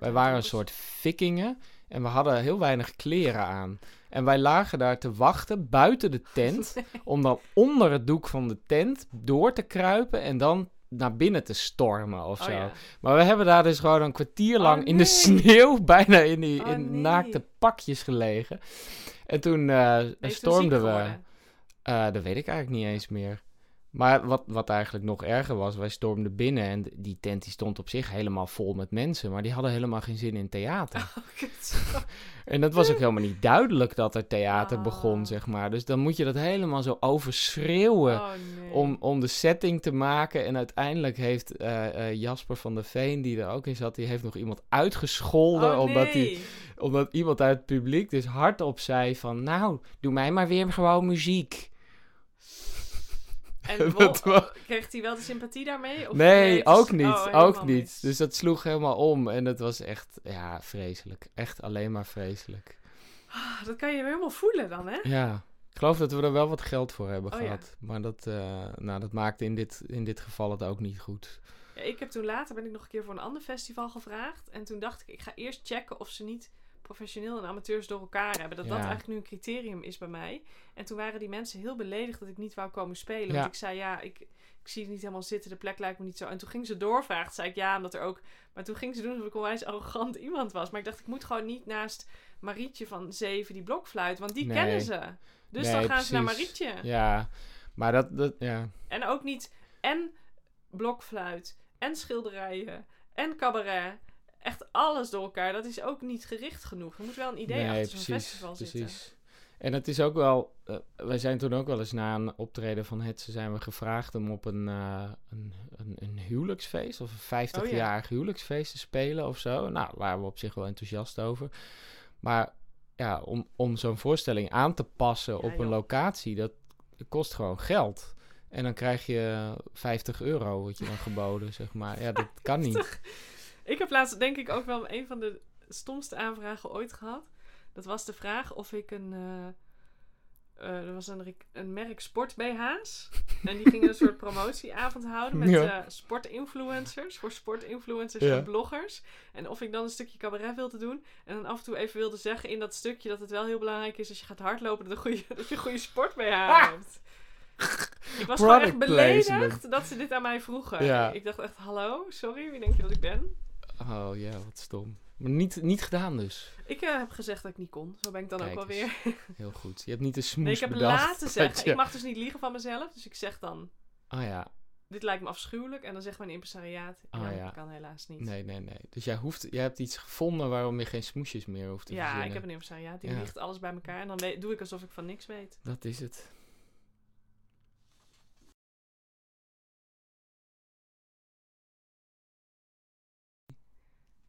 [SPEAKER 3] wij waren een soort vikingen en we hadden heel weinig kleren aan. En wij lagen daar te wachten buiten de tent,
[SPEAKER 2] Oh
[SPEAKER 3] om dan onder het doek van de tent door te kruipen en dan naar binnen te stormen of zo. Maar we hebben daar dus gewoon een kwartier
[SPEAKER 2] Oh,
[SPEAKER 3] lang in de
[SPEAKER 2] nee.
[SPEAKER 3] sneeuw, bijna in die
[SPEAKER 2] Oh,
[SPEAKER 3] in
[SPEAKER 2] nee.
[SPEAKER 3] naakte pakjes gelegen. En toen eh, stormden we. Eh, dat weet ik eigenlijk niet eens meer. Maar wat, wat eigenlijk nog erger was, wij stormden binnen en d- die tent die stond op zich helemaal vol met mensen, maar die hadden helemaal geen zin in theater. En dat was ook helemaal niet duidelijk dat er theater begon,
[SPEAKER 2] Ah.
[SPEAKER 3] zeg maar. Dus dan moet je dat helemaal zo overschreeuwen
[SPEAKER 2] Oh, nee.
[SPEAKER 3] eh, om, om de setting te maken. En uiteindelijk heeft eh, eh, Jasper van der Veen, die er ook in zat, die heeft nog iemand uitgescholden
[SPEAKER 2] Oh,
[SPEAKER 3] omdat hij
[SPEAKER 2] nee.
[SPEAKER 3] omdat iemand uit het publiek dus hardop zei van... Nou, doe mij maar weer gewoon muziek.
[SPEAKER 2] En wol-
[SPEAKER 3] Dat wa-
[SPEAKER 2] kreeg hij wel de sympathie daarmee? Of
[SPEAKER 3] nee,
[SPEAKER 2] het is-
[SPEAKER 3] ook niet.
[SPEAKER 2] oh, helemaal
[SPEAKER 3] ook niet.
[SPEAKER 2] mis.
[SPEAKER 3] Dus dat sloeg helemaal om. En dat was echt, ja, vreselijk. Echt alleen maar vreselijk.
[SPEAKER 2] Ah, dat kan je weer helemaal voelen dan, hè?
[SPEAKER 3] Ja. Ik geloof dat we er wel wat geld voor hebben
[SPEAKER 2] Oh, ja.
[SPEAKER 3] gehad. Maar dat, eh, nou, dat maakte in dit, in dit geval het ook niet goed.
[SPEAKER 2] Ja, ik heb toen later ben ik nog een keer voor een ander festival gevraagd. En toen dacht ik, ik ga eerst checken of ze niet professioneel en amateurs door elkaar hebben. Dat dat
[SPEAKER 3] Ja.
[SPEAKER 2] eigenlijk nu een criterium is bij mij. En toen waren die mensen heel beledigd dat ik niet wou komen spelen.
[SPEAKER 3] Ja.
[SPEAKER 2] Want ik zei, ja, ik, ik zie het niet helemaal zitten. De plek lijkt me niet zo. En toen ging ze doorvragen. Zei ik, ja, omdat er ook... Maar toen ging ze doen alsof ik een onwijs arrogant iemand was. Maar ik dacht, ik moet gewoon niet naast Marietje van Zeven die blokfluit. Want die
[SPEAKER 3] Nee.
[SPEAKER 2] kennen ze. Dus
[SPEAKER 3] Nee,
[SPEAKER 2] dan gaan ze naar
[SPEAKER 3] precies.
[SPEAKER 2] Marietje.
[SPEAKER 3] Ja, maar dat, dat ja.
[SPEAKER 2] En ook niet en blokfluit en schilderijen en cabaret. Echt alles door elkaar. Dat is ook niet gericht genoeg. Er moet wel een idee achter zo'n festival zitten.
[SPEAKER 3] En het is ook wel, eh, wij zijn toen ook wel eens na een optreden van Hetze zijn we gevraagd om op een, eh, een, een, een huwelijksfeest of een 50-jarig
[SPEAKER 2] Oh ja.
[SPEAKER 3] huwelijksfeest te spelen of zo. Nou, waren we op zich wel enthousiast over. Maar ja, om, om zo'n voorstelling aan te passen op een
[SPEAKER 2] joh.
[SPEAKER 3] locatie, dat kost gewoon geld. En dan krijg je 50 euro, wordt je dan geboden, zeg maar. Ja, dat kan niet.
[SPEAKER 2] Ik heb laatst denk ik ook wel een van de stomste aanvragen ooit gehad. Dat was de vraag of ik een... eh, eh, er was een, rec- een merk sport BH's. En die gingen een soort promotieavond houden met
[SPEAKER 3] Ja.
[SPEAKER 2] eh, sportinfluencers. Voor sportinfluencers
[SPEAKER 3] Ja.
[SPEAKER 2] en bloggers. En of ik dan een stukje cabaret wilde doen. En dan af en toe even wilde zeggen in dat stukje dat het wel heel belangrijk is als je gaat hardlopen dat, een goede, dat je een goede sport BH hebt. Ik
[SPEAKER 3] Ah!
[SPEAKER 2] was gewoon echt
[SPEAKER 3] Product
[SPEAKER 2] beledigd
[SPEAKER 3] placement.
[SPEAKER 2] dat ze dit aan mij vroegen.
[SPEAKER 3] Ja.
[SPEAKER 2] Ik dacht echt, hallo, sorry, wie denk je dat ik ben?
[SPEAKER 3] Oh ja, wat stom. Maar niet, niet gedaan dus.
[SPEAKER 2] Ik eh, heb gezegd dat ik niet kon. Zo ben ik dan
[SPEAKER 3] Kijk
[SPEAKER 2] ook wel
[SPEAKER 3] eens.
[SPEAKER 2] weer.
[SPEAKER 3] Heel goed. Je hebt niet de smoes
[SPEAKER 2] Nee, ik heb
[SPEAKER 3] bedacht.
[SPEAKER 2] laten
[SPEAKER 3] dat
[SPEAKER 2] zeggen.
[SPEAKER 3] je-
[SPEAKER 2] Ik mag dus niet liegen van mezelf. Dus ik zeg dan,
[SPEAKER 3] Oh ja,
[SPEAKER 2] dit lijkt me afschuwelijk. En dan zegt mijn impresariaat,
[SPEAKER 3] Ah,
[SPEAKER 2] ja,
[SPEAKER 3] ja.
[SPEAKER 2] dat kan helaas niet.
[SPEAKER 3] nee, nee, nee. Dus jij, hoeft, jij hebt iets gevonden waarom je geen smoesjes meer hoeft te
[SPEAKER 2] ja,
[SPEAKER 3] verzinnen.
[SPEAKER 2] ik heb een impresariaat. Die
[SPEAKER 3] Ja.
[SPEAKER 2] liegt alles bij elkaar. En dan we- doe ik alsof ik van niks weet.
[SPEAKER 3] Dat is het.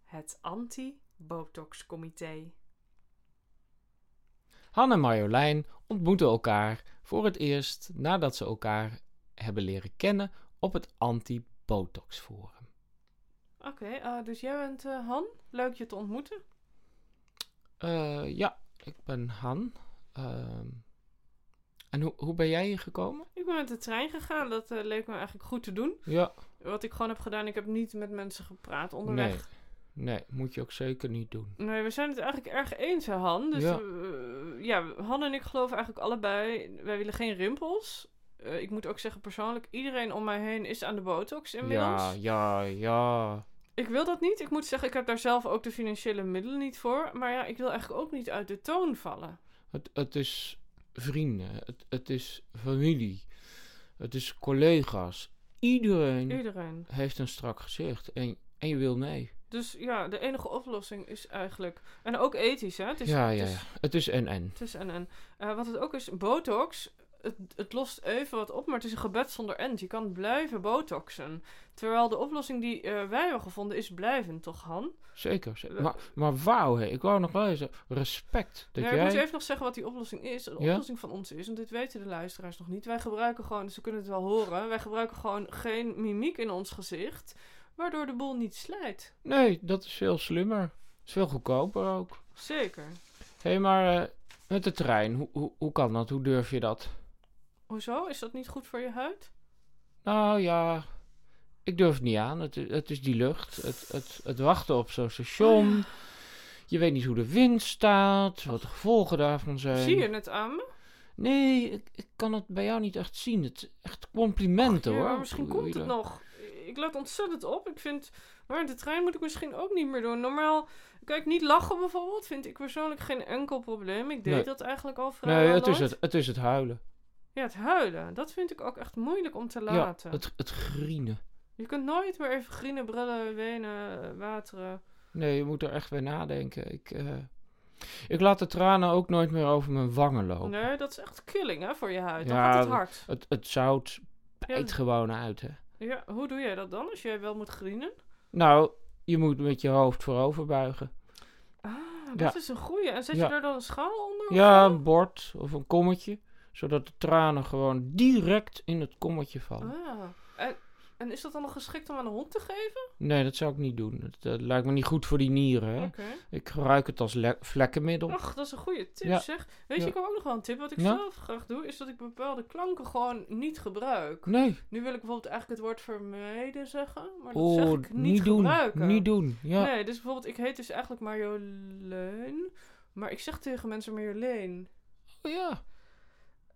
[SPEAKER 2] Het anti-botox-comité.
[SPEAKER 3] Han en Marjolein ontmoeten elkaar voor het eerst nadat ze elkaar hebben leren kennen op het anti-botox forum.
[SPEAKER 2] Oké, eh, dus jij bent eh, Han. Leuk je te ontmoeten.
[SPEAKER 3] Eh, ja, ik ben Han. Ehm, en hoe, hoe ben jij hier gekomen?
[SPEAKER 2] Ik ben met de trein gegaan. Dat eh, leek me eigenlijk goed te doen.
[SPEAKER 3] Ja,
[SPEAKER 2] Wat ik gewoon heb gedaan, ik heb niet met mensen gepraat onderweg.
[SPEAKER 3] nee, moet je ook zeker niet doen.
[SPEAKER 2] Nee, we zijn het eigenlijk erg eens, hè, Han. Dus
[SPEAKER 3] Ja.
[SPEAKER 2] ja. ja, Han en ik geloven eigenlijk allebei, wij willen geen rimpels. Eh, ik moet ook zeggen, persoonlijk, iedereen om mij heen is aan de botox inmiddels.
[SPEAKER 3] Ja, ja, ja.
[SPEAKER 2] Ik wil dat niet. Ik moet zeggen, ik heb daar zelf ook de financiële middelen niet voor. Maar ja, ik wil eigenlijk ook niet uit de toon vallen.
[SPEAKER 3] Het, het is vrienden, het, het is familie, het is collega's. Iedereen
[SPEAKER 2] Iedereen.
[SPEAKER 3] heeft een strak gezicht en, en je wil mee.
[SPEAKER 2] Dus ja, de enige oplossing is eigenlijk... En ook ethisch, hè? Het is,
[SPEAKER 3] ja,
[SPEAKER 2] het
[SPEAKER 3] ja,
[SPEAKER 2] is-
[SPEAKER 3] ja. Het is en-en.
[SPEAKER 2] Het is en en. Eh, wat het ook is, botox. Het, het lost even wat op, maar het is een gebed zonder end. Je kan blijven botoxen. Terwijl de oplossing die eh, wij hebben gevonden is blijven, toch Han?
[SPEAKER 3] Zeker. zeker.
[SPEAKER 2] We-
[SPEAKER 3] Maar, maar wauw, hè. ik wou nog wel eens respect dat
[SPEAKER 2] Nee, Nou Ik
[SPEAKER 3] jij...
[SPEAKER 2] moet even nog zeggen wat die oplossing is. De
[SPEAKER 3] Ja?
[SPEAKER 2] oplossing van ons is, want dit weten de luisteraars nog niet. Wij gebruiken gewoon, ze kunnen het wel horen, wij gebruiken gewoon geen mimiek in ons gezicht. Waardoor de boel niet slijt.
[SPEAKER 3] Nee, dat is veel slimmer. Het is veel goedkoper ook.
[SPEAKER 2] Zeker.
[SPEAKER 3] Hé, hey, maar eh, met de trein, hoe, hoe, hoe kan dat? Hoe durf je dat?
[SPEAKER 2] Hoezo? Is dat niet goed voor je huid?
[SPEAKER 3] Nou ja, ik durf het niet aan. Het, i- het is die lucht. Het, het, het wachten op zo'n
[SPEAKER 2] Oh
[SPEAKER 3] station. Je weet niet hoe de wind staat, wat de gevolgen daarvan zijn.
[SPEAKER 2] Zie je het aan me?
[SPEAKER 3] Nee, ik, ik kan het bij jou niet echt zien. Het is echt complimenten
[SPEAKER 2] Ja,
[SPEAKER 3] hoor.
[SPEAKER 2] maar misschien
[SPEAKER 3] Hoe-
[SPEAKER 2] komt
[SPEAKER 3] hoe
[SPEAKER 2] het
[SPEAKER 3] je dat-
[SPEAKER 2] nog. Ik let ontzettend op. Ik vind, maar de trein moet ik misschien ook niet meer doen. Normaal, kijk, niet lachen bijvoorbeeld vind ik persoonlijk geen enkel probleem. Ik deed
[SPEAKER 3] Nee.
[SPEAKER 2] dat eigenlijk al vrijwel
[SPEAKER 3] Nee, het is
[SPEAKER 2] nooit.
[SPEAKER 3] het, het is het huilen.
[SPEAKER 2] Ja, het huilen. Dat vind ik ook echt moeilijk om te laten.
[SPEAKER 3] Ja, het, het grienen.
[SPEAKER 2] Je kunt nooit meer even grienen, brullen, wenen, wateren.
[SPEAKER 3] Nee, je moet er echt bij nadenken. Ik, eh, ik laat de tranen ook nooit meer over mijn wangen lopen.
[SPEAKER 2] Nee, dat is echt killing hè, voor je huid. Dan
[SPEAKER 3] Ja,
[SPEAKER 2] gaat het
[SPEAKER 3] dat-
[SPEAKER 2] hard.
[SPEAKER 3] Het, het zout
[SPEAKER 2] Ja,
[SPEAKER 3] bijt gewoon uit, hè.
[SPEAKER 2] ja, hoe doe jij dat dan als jij wel moet grienen?
[SPEAKER 3] Nou, je moet met je hoofd voorover buigen.
[SPEAKER 2] Ah, dat is een goeie. En zet
[SPEAKER 3] Ja.
[SPEAKER 2] je daar dan een schaal onder? of
[SPEAKER 3] Ja,
[SPEAKER 2] zo?
[SPEAKER 3] een bord of een kommetje. Zodat de tranen gewoon direct in het kommetje vallen.
[SPEAKER 2] Ah. En, en is dat dan nog geschikt om aan de hond te geven?
[SPEAKER 3] Nee, dat zou ik niet doen. Dat, dat lijkt me niet goed voor die nieren. Hè?
[SPEAKER 2] Oké.
[SPEAKER 3] Ik gebruik het als le- vlekkenmiddel.
[SPEAKER 2] Ach, dat is een goede tip,
[SPEAKER 3] Ja.
[SPEAKER 2] zeg. Weet
[SPEAKER 3] Ja.
[SPEAKER 2] je, ik heb ook nog wel een tip. Wat ik
[SPEAKER 3] Ja.
[SPEAKER 2] zelf graag doe, is dat ik bepaalde klanken gewoon niet gebruik.
[SPEAKER 3] Nee,
[SPEAKER 2] Nu wil ik bijvoorbeeld eigenlijk het woord vermijden zeggen, maar dat zeg
[SPEAKER 3] oh,
[SPEAKER 2] ik niet,
[SPEAKER 3] niet doen.
[SPEAKER 2] gebruiken.
[SPEAKER 3] Niet doen. Ja.
[SPEAKER 2] Nee, dus bijvoorbeeld, ik heet dus eigenlijk Marjolein, maar ik zeg tegen mensen Marjolein.
[SPEAKER 3] Oh, ja.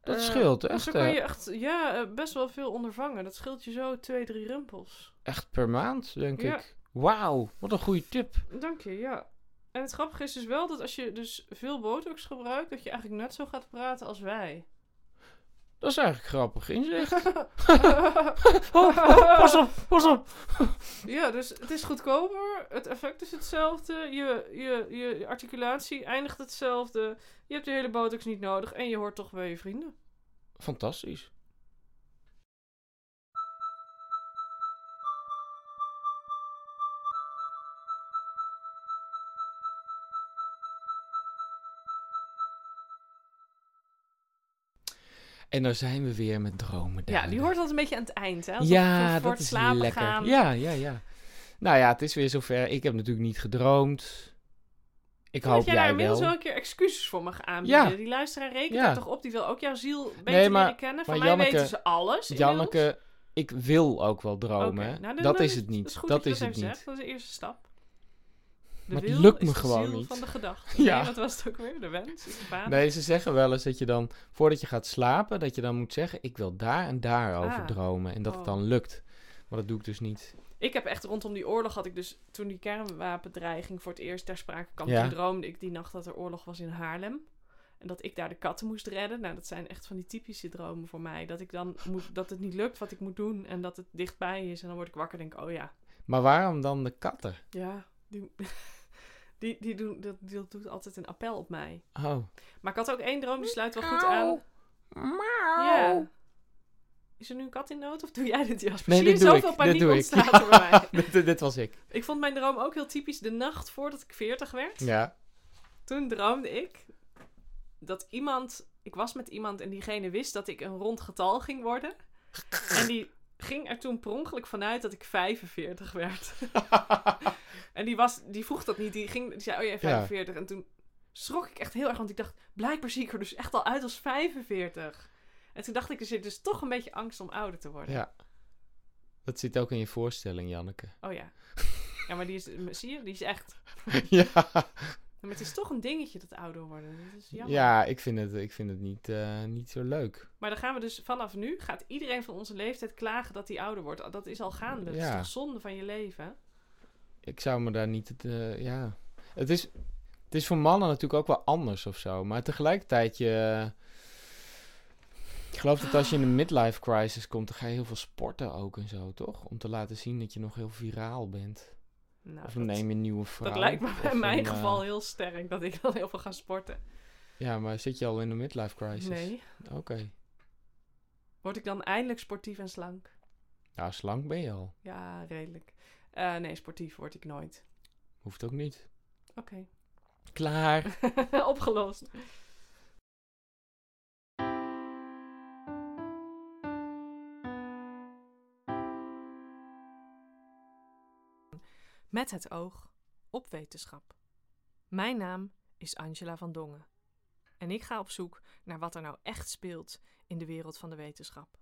[SPEAKER 3] Dat
[SPEAKER 2] Eh,
[SPEAKER 3] scheelt
[SPEAKER 2] Dus
[SPEAKER 3] echt.
[SPEAKER 2] dan kan
[SPEAKER 3] eh,
[SPEAKER 2] je echt, ja, eh, best wel veel ondervangen. Dat scheelt je zo twee, drie rimpels.
[SPEAKER 3] Echt per maand, denk
[SPEAKER 2] Ja.
[SPEAKER 3] ik. Wauw, wat een goede tip.
[SPEAKER 2] Dank je, ja. En het grappige is dus wel dat als je dus veel botox gebruikt, dat je eigenlijk net zo gaat praten als wij.
[SPEAKER 3] Dat is eigenlijk grappig inzicht. Oh, oh, pas op, pas op.
[SPEAKER 2] Ja, dus het is goedkoper, het effect is hetzelfde, je, je, je articulatie eindigt hetzelfde, je hebt de hele botox niet nodig en je hoort toch bij je vrienden.
[SPEAKER 3] Fantastisch. En daar zijn we weer met dromen.
[SPEAKER 2] Ja, die hoort altijd een beetje aan het eind, hè? Alsof we
[SPEAKER 3] Ja,
[SPEAKER 2] voor
[SPEAKER 3] dat
[SPEAKER 2] het
[SPEAKER 3] is
[SPEAKER 2] slapen
[SPEAKER 3] lekker.
[SPEAKER 2] gaan.
[SPEAKER 3] Ja, ja, ja. Nou ja, het is weer zover. Ik heb natuurlijk niet gedroomd. Ik
[SPEAKER 2] dat
[SPEAKER 3] hoop
[SPEAKER 2] jij
[SPEAKER 3] jij,
[SPEAKER 2] daar
[SPEAKER 3] wel.
[SPEAKER 2] inmiddels wel een keer excuses voor mag aanbieden.
[SPEAKER 3] Ja.
[SPEAKER 2] Die luisteraar rekent
[SPEAKER 3] Ja.
[SPEAKER 2] daar toch op, die wil ook jouw ziel beter
[SPEAKER 3] Nee, maar-
[SPEAKER 2] leren kennen. Van
[SPEAKER 3] maar
[SPEAKER 2] mij
[SPEAKER 3] Janneke-
[SPEAKER 2] weten ze alles. inmiddels.
[SPEAKER 3] Janneke, ik wil ook wel dromen.
[SPEAKER 2] Oké,
[SPEAKER 3] hè.
[SPEAKER 2] nou, dan-
[SPEAKER 3] dat
[SPEAKER 2] dan
[SPEAKER 3] is het niet.
[SPEAKER 2] is goed
[SPEAKER 3] dat
[SPEAKER 2] je
[SPEAKER 3] is het
[SPEAKER 2] even
[SPEAKER 3] niet.
[SPEAKER 2] zegt. Dat is de eerste stap. De
[SPEAKER 3] Maar het
[SPEAKER 2] wil
[SPEAKER 3] lukt
[SPEAKER 2] is
[SPEAKER 3] me
[SPEAKER 2] de
[SPEAKER 3] gewoon
[SPEAKER 2] ziel
[SPEAKER 3] niet.
[SPEAKER 2] van de gedachte.
[SPEAKER 3] Ja.
[SPEAKER 2] Nee, wat was het ook weer? De wens? is De baan?
[SPEAKER 3] Nee, ze zeggen wel eens dat je dan, voordat je gaat slapen, dat je dan moet zeggen, ik wil daar en daar over
[SPEAKER 2] Ah.
[SPEAKER 3] dromen. En dat het
[SPEAKER 2] Oh.
[SPEAKER 3] dan lukt. Maar dat doe ik dus niet.
[SPEAKER 2] Ik heb echt rondom die oorlog had ik dus toen die kernwapendreiging voor het eerst ter sprake kwam.
[SPEAKER 3] Ja.
[SPEAKER 2] Toen droomde ik die nacht dat er oorlog was in Haarlem. En dat ik daar de katten moest redden. Nou, dat zijn echt van die typische dromen voor mij. Dat ik dan moet, dat het niet lukt wat ik moet doen. En dat het dichtbij is. En dan word ik wakker en denk, oh ja,
[SPEAKER 3] Maar waarom dan de katten?
[SPEAKER 2] ja, die, die, die doen, dat, dat doet altijd een appel op mij.
[SPEAKER 3] Oh,
[SPEAKER 2] Maar ik had ook één droom, die sluit wel goed aan. Ja. Is er nu een kat in nood? Of doe jij dit, Jasper?
[SPEAKER 3] Nee,
[SPEAKER 2] Zie
[SPEAKER 3] dit
[SPEAKER 2] je,
[SPEAKER 3] doe
[SPEAKER 2] zoveel
[SPEAKER 3] ik. Dit
[SPEAKER 2] paniek
[SPEAKER 3] doe ik.
[SPEAKER 2] ontstaat er bij mij.
[SPEAKER 3] dit, dit was ik.
[SPEAKER 2] Ik vond mijn droom ook heel typisch de nacht voordat ik 40 werd.
[SPEAKER 3] Ja.
[SPEAKER 2] Toen droomde ik dat iemand. Ik was met iemand en diegene wist dat ik een rond getal ging worden. En die ging er toen per ongeluk vanuit dat ik 45 werd. en die, was, die vroeg dat niet. Die, ging, die zei, oh jij 45. En toen schrok ik echt heel erg, want ik dacht, blijkbaar zie ik er dus echt al uit als 45. En toen dacht ik, er zit dus toch een beetje angst om ouder te worden.
[SPEAKER 3] Ja. Dat zit ook in je voorstelling, Janneke.
[SPEAKER 2] Oh ja. Ja, maar die is, zie je, die is echt.
[SPEAKER 3] ja.
[SPEAKER 2] Maar het is toch een dingetje dat ouder worden. Dat is jammer.
[SPEAKER 3] Ja, ik vind het, ik vind het niet, eh, niet zo leuk.
[SPEAKER 2] Maar dan gaan we dus vanaf nu, gaat iedereen van onze leeftijd klagen dat hij ouder wordt. Dat is al gaande. Dat
[SPEAKER 3] Ja.
[SPEAKER 2] is toch zonde van je leven?
[SPEAKER 3] Ik zou me daar niet... Het, eh, ja. Het is, het is voor mannen natuurlijk ook wel anders of zo. Maar tegelijkertijd, je... Ik geloof dat als je in een midlife crisis komt, dan ga je heel veel sporten ook en zo, toch? Om te laten zien dat je nog heel viraal bent.
[SPEAKER 2] Nou,
[SPEAKER 3] Of
[SPEAKER 2] dat,
[SPEAKER 3] dan neem je een nieuwe vrouw.
[SPEAKER 2] dat lijkt me
[SPEAKER 3] of
[SPEAKER 2] in mijn
[SPEAKER 3] een, eh,
[SPEAKER 2] geval heel sterk dat ik dan heel veel ga sporten.
[SPEAKER 3] Ja, maar zit je al in een midlife crisis?
[SPEAKER 2] Nee.
[SPEAKER 3] Oké.
[SPEAKER 2] Word ik dan eindelijk sportief en slank?
[SPEAKER 3] Nou, slank ben je al.
[SPEAKER 2] Ja, redelijk. Eh, nee, sportief word ik nooit.
[SPEAKER 3] Hoeft ook niet.
[SPEAKER 2] Oké.
[SPEAKER 3] Klaar.
[SPEAKER 2] Opgelost. Met het oog op wetenschap. Mijn naam is Angela van Dongen. En ik ga op zoek naar wat er nou echt speelt in de wereld van de wetenschap.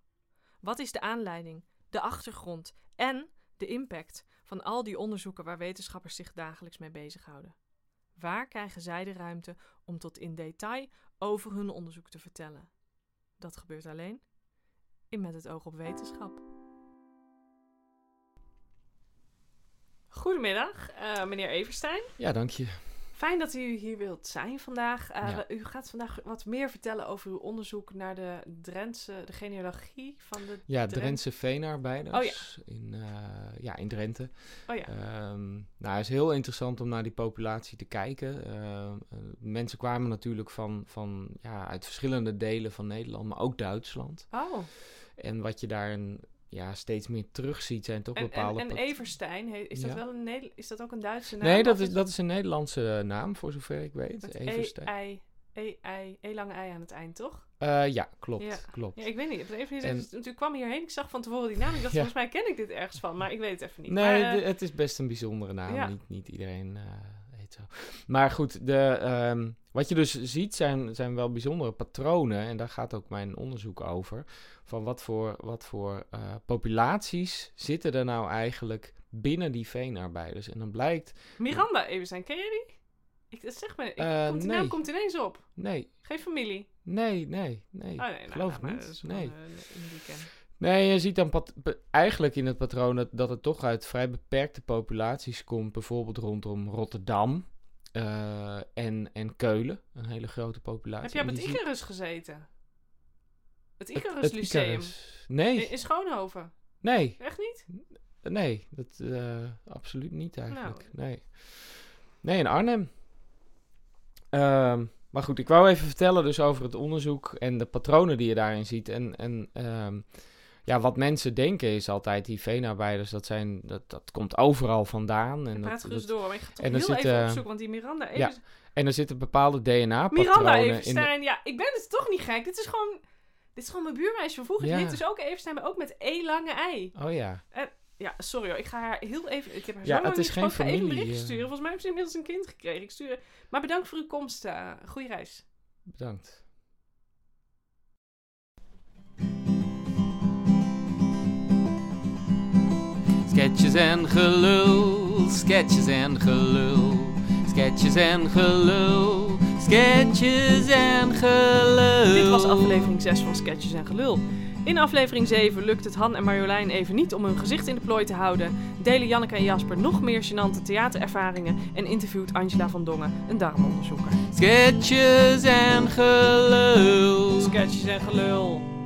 [SPEAKER 2] Wat is de aanleiding, de achtergrond en de impact van al die onderzoeken waar wetenschappers zich dagelijks mee bezighouden? Waar krijgen zij de ruimte om tot in detail over hun onderzoek te vertellen? Dat gebeurt alleen in Met het Oog op Wetenschap. Goedemiddag, eh, meneer Everstein.
[SPEAKER 3] Ja, dank je.
[SPEAKER 2] Fijn dat u hier wilt zijn vandaag. Eh,
[SPEAKER 3] Ja.
[SPEAKER 2] we- U gaat vandaag wat meer vertellen over uw onderzoek naar de Drentse, de genealogie van de...
[SPEAKER 3] Ja,
[SPEAKER 2] Dren-
[SPEAKER 3] Drentse
[SPEAKER 2] Oh
[SPEAKER 3] veenarbeiders in, eh, ja, in Drenthe.
[SPEAKER 2] Oh ja,
[SPEAKER 3] Ehm, nou, het is heel interessant om naar die populatie te kijken. Ehm, eh, mensen kwamen natuurlijk van, van, ja, uit verschillende delen van Nederland, maar ook Duitsland.
[SPEAKER 2] oh.
[SPEAKER 3] En wat je daarin ja, steeds meer terugziet zijn toch
[SPEAKER 2] En, en,
[SPEAKER 3] bepaalde...
[SPEAKER 2] en
[SPEAKER 3] pat-
[SPEAKER 2] Everstein, he- is dat,
[SPEAKER 3] Ja.
[SPEAKER 2] wel een Neder- is dat ook een Duitse naam?
[SPEAKER 3] Nee, dat
[SPEAKER 2] of E
[SPEAKER 3] is, dat is een Nederlandse eh, naam, voor zover ik weet.
[SPEAKER 2] Met
[SPEAKER 3] Everstein.
[SPEAKER 2] E-I, E-I, E-lange ei E aan het eind, toch?
[SPEAKER 3] Eh, ja, klopt,
[SPEAKER 2] Ja.
[SPEAKER 3] klopt.
[SPEAKER 2] Ja, ik weet niet. Op de een of andere
[SPEAKER 3] En-
[SPEAKER 2] manier- Toen ik kwam hierheen, ik zag van tevoren die naam. Ik dacht,
[SPEAKER 3] Ja.
[SPEAKER 2] volgens mij ken ik dit ergens van, maar ik weet het even niet.
[SPEAKER 3] Nee,
[SPEAKER 2] Maar, eh,
[SPEAKER 3] de- het is best een bijzondere naam.
[SPEAKER 2] ja.
[SPEAKER 3] Niet, niet iedereen eh, heet zo. Maar goed, de, ehm, wat je dus ziet zijn, zijn wel bijzondere patronen. En daar gaat ook mijn onderzoek over. Van wat voor, wat voor eh, populaties zitten er nou eigenlijk binnen die veenarbeiders. En dan blijkt...
[SPEAKER 2] Miranda Everstein, ken jij die? Ik, dat zeg maar, ik,
[SPEAKER 3] Eh,
[SPEAKER 2] komt, die
[SPEAKER 3] nee.
[SPEAKER 2] naam komt ineens op.
[SPEAKER 3] Nee,
[SPEAKER 2] Geen familie.
[SPEAKER 3] nee, nee, nee.
[SPEAKER 2] Oh nee, nou,
[SPEAKER 3] geloof
[SPEAKER 2] nou,
[SPEAKER 3] het
[SPEAKER 2] maar
[SPEAKER 3] niet.
[SPEAKER 2] dat is
[SPEAKER 3] nee.
[SPEAKER 2] gewoon, eh, een weekend.
[SPEAKER 3] Nee, je ziet dan pat- pe- eigenlijk in het patroon dat, dat het toch uit vrij beperkte populaties komt. Bijvoorbeeld rondom Rotterdam eh, en, en Keulen. Een hele grote populatie.
[SPEAKER 2] Heb jij op
[SPEAKER 3] En
[SPEAKER 2] het
[SPEAKER 3] je ziet-
[SPEAKER 2] Icarus gezeten? Het
[SPEAKER 3] het-
[SPEAKER 2] Icarus
[SPEAKER 3] het
[SPEAKER 2] Lyceum.
[SPEAKER 3] Icarus. Nee,
[SPEAKER 2] In, in Schoonhoven.
[SPEAKER 3] nee,
[SPEAKER 2] Echt niet?
[SPEAKER 3] nee. Dat eh, absoluut niet eigenlijk.
[SPEAKER 2] Nou.
[SPEAKER 3] Nee. nee, in Arnhem. Ehm, maar goed, ik wou even vertellen dus over het onderzoek en de patronen die je daarin ziet. En, en ehm, ja, wat mensen denken is altijd, die veenarbeiders, dat, zijn, dat, dat komt overal vandaan. En,
[SPEAKER 2] Praat
[SPEAKER 3] dat,
[SPEAKER 2] gerust
[SPEAKER 3] dat-
[SPEAKER 2] door. Maar ik ga toch
[SPEAKER 3] en er
[SPEAKER 2] heel
[SPEAKER 3] zit,
[SPEAKER 2] even
[SPEAKER 3] eh,
[SPEAKER 2] op zoek, want die Miranda
[SPEAKER 3] ja,
[SPEAKER 2] Everstein...
[SPEAKER 3] en er zitten bepaalde
[SPEAKER 2] Miranda
[SPEAKER 3] DNA-patronen in. de-
[SPEAKER 2] Everstein, ja, ik ben het toch niet gek. Dit is gewoon, dit is gewoon mijn buurmeisje van vroeger.
[SPEAKER 3] Ja.
[SPEAKER 2] Die heet dus ook Everstein, maar ook met E lange ei.
[SPEAKER 3] Oh ja,
[SPEAKER 2] Ja, sorry hoor, ik ga haar heel even... Ik heb haar
[SPEAKER 3] Ja,
[SPEAKER 2] zo lang
[SPEAKER 3] het is
[SPEAKER 2] niet
[SPEAKER 3] geen
[SPEAKER 2] gesproken. Ik ga
[SPEAKER 3] familie,
[SPEAKER 2] even een berichtje
[SPEAKER 3] eh.
[SPEAKER 2] sturen. Volgens mij heeft ze inmiddels een kind gekregen. Ik stuur... Maar bedankt voor uw komst. eh goeie reis.
[SPEAKER 3] bedankt.
[SPEAKER 5] Sketches en gelul, sketches en gelul.
[SPEAKER 3] Sketches en gelul. Sketches en gelul.
[SPEAKER 2] Dit was aflevering 6 van Sketches en Gelul. In aflevering 7 lukt het Han en Marjolein even niet om hun gezicht in de plooi te houden. Delen Janneke en Jasper nog meer gênante theaterervaringen. En interviewt Angela van Dongen, een darmonderzoeker.
[SPEAKER 3] Sketches en gelul.
[SPEAKER 2] Sketches en Gelul.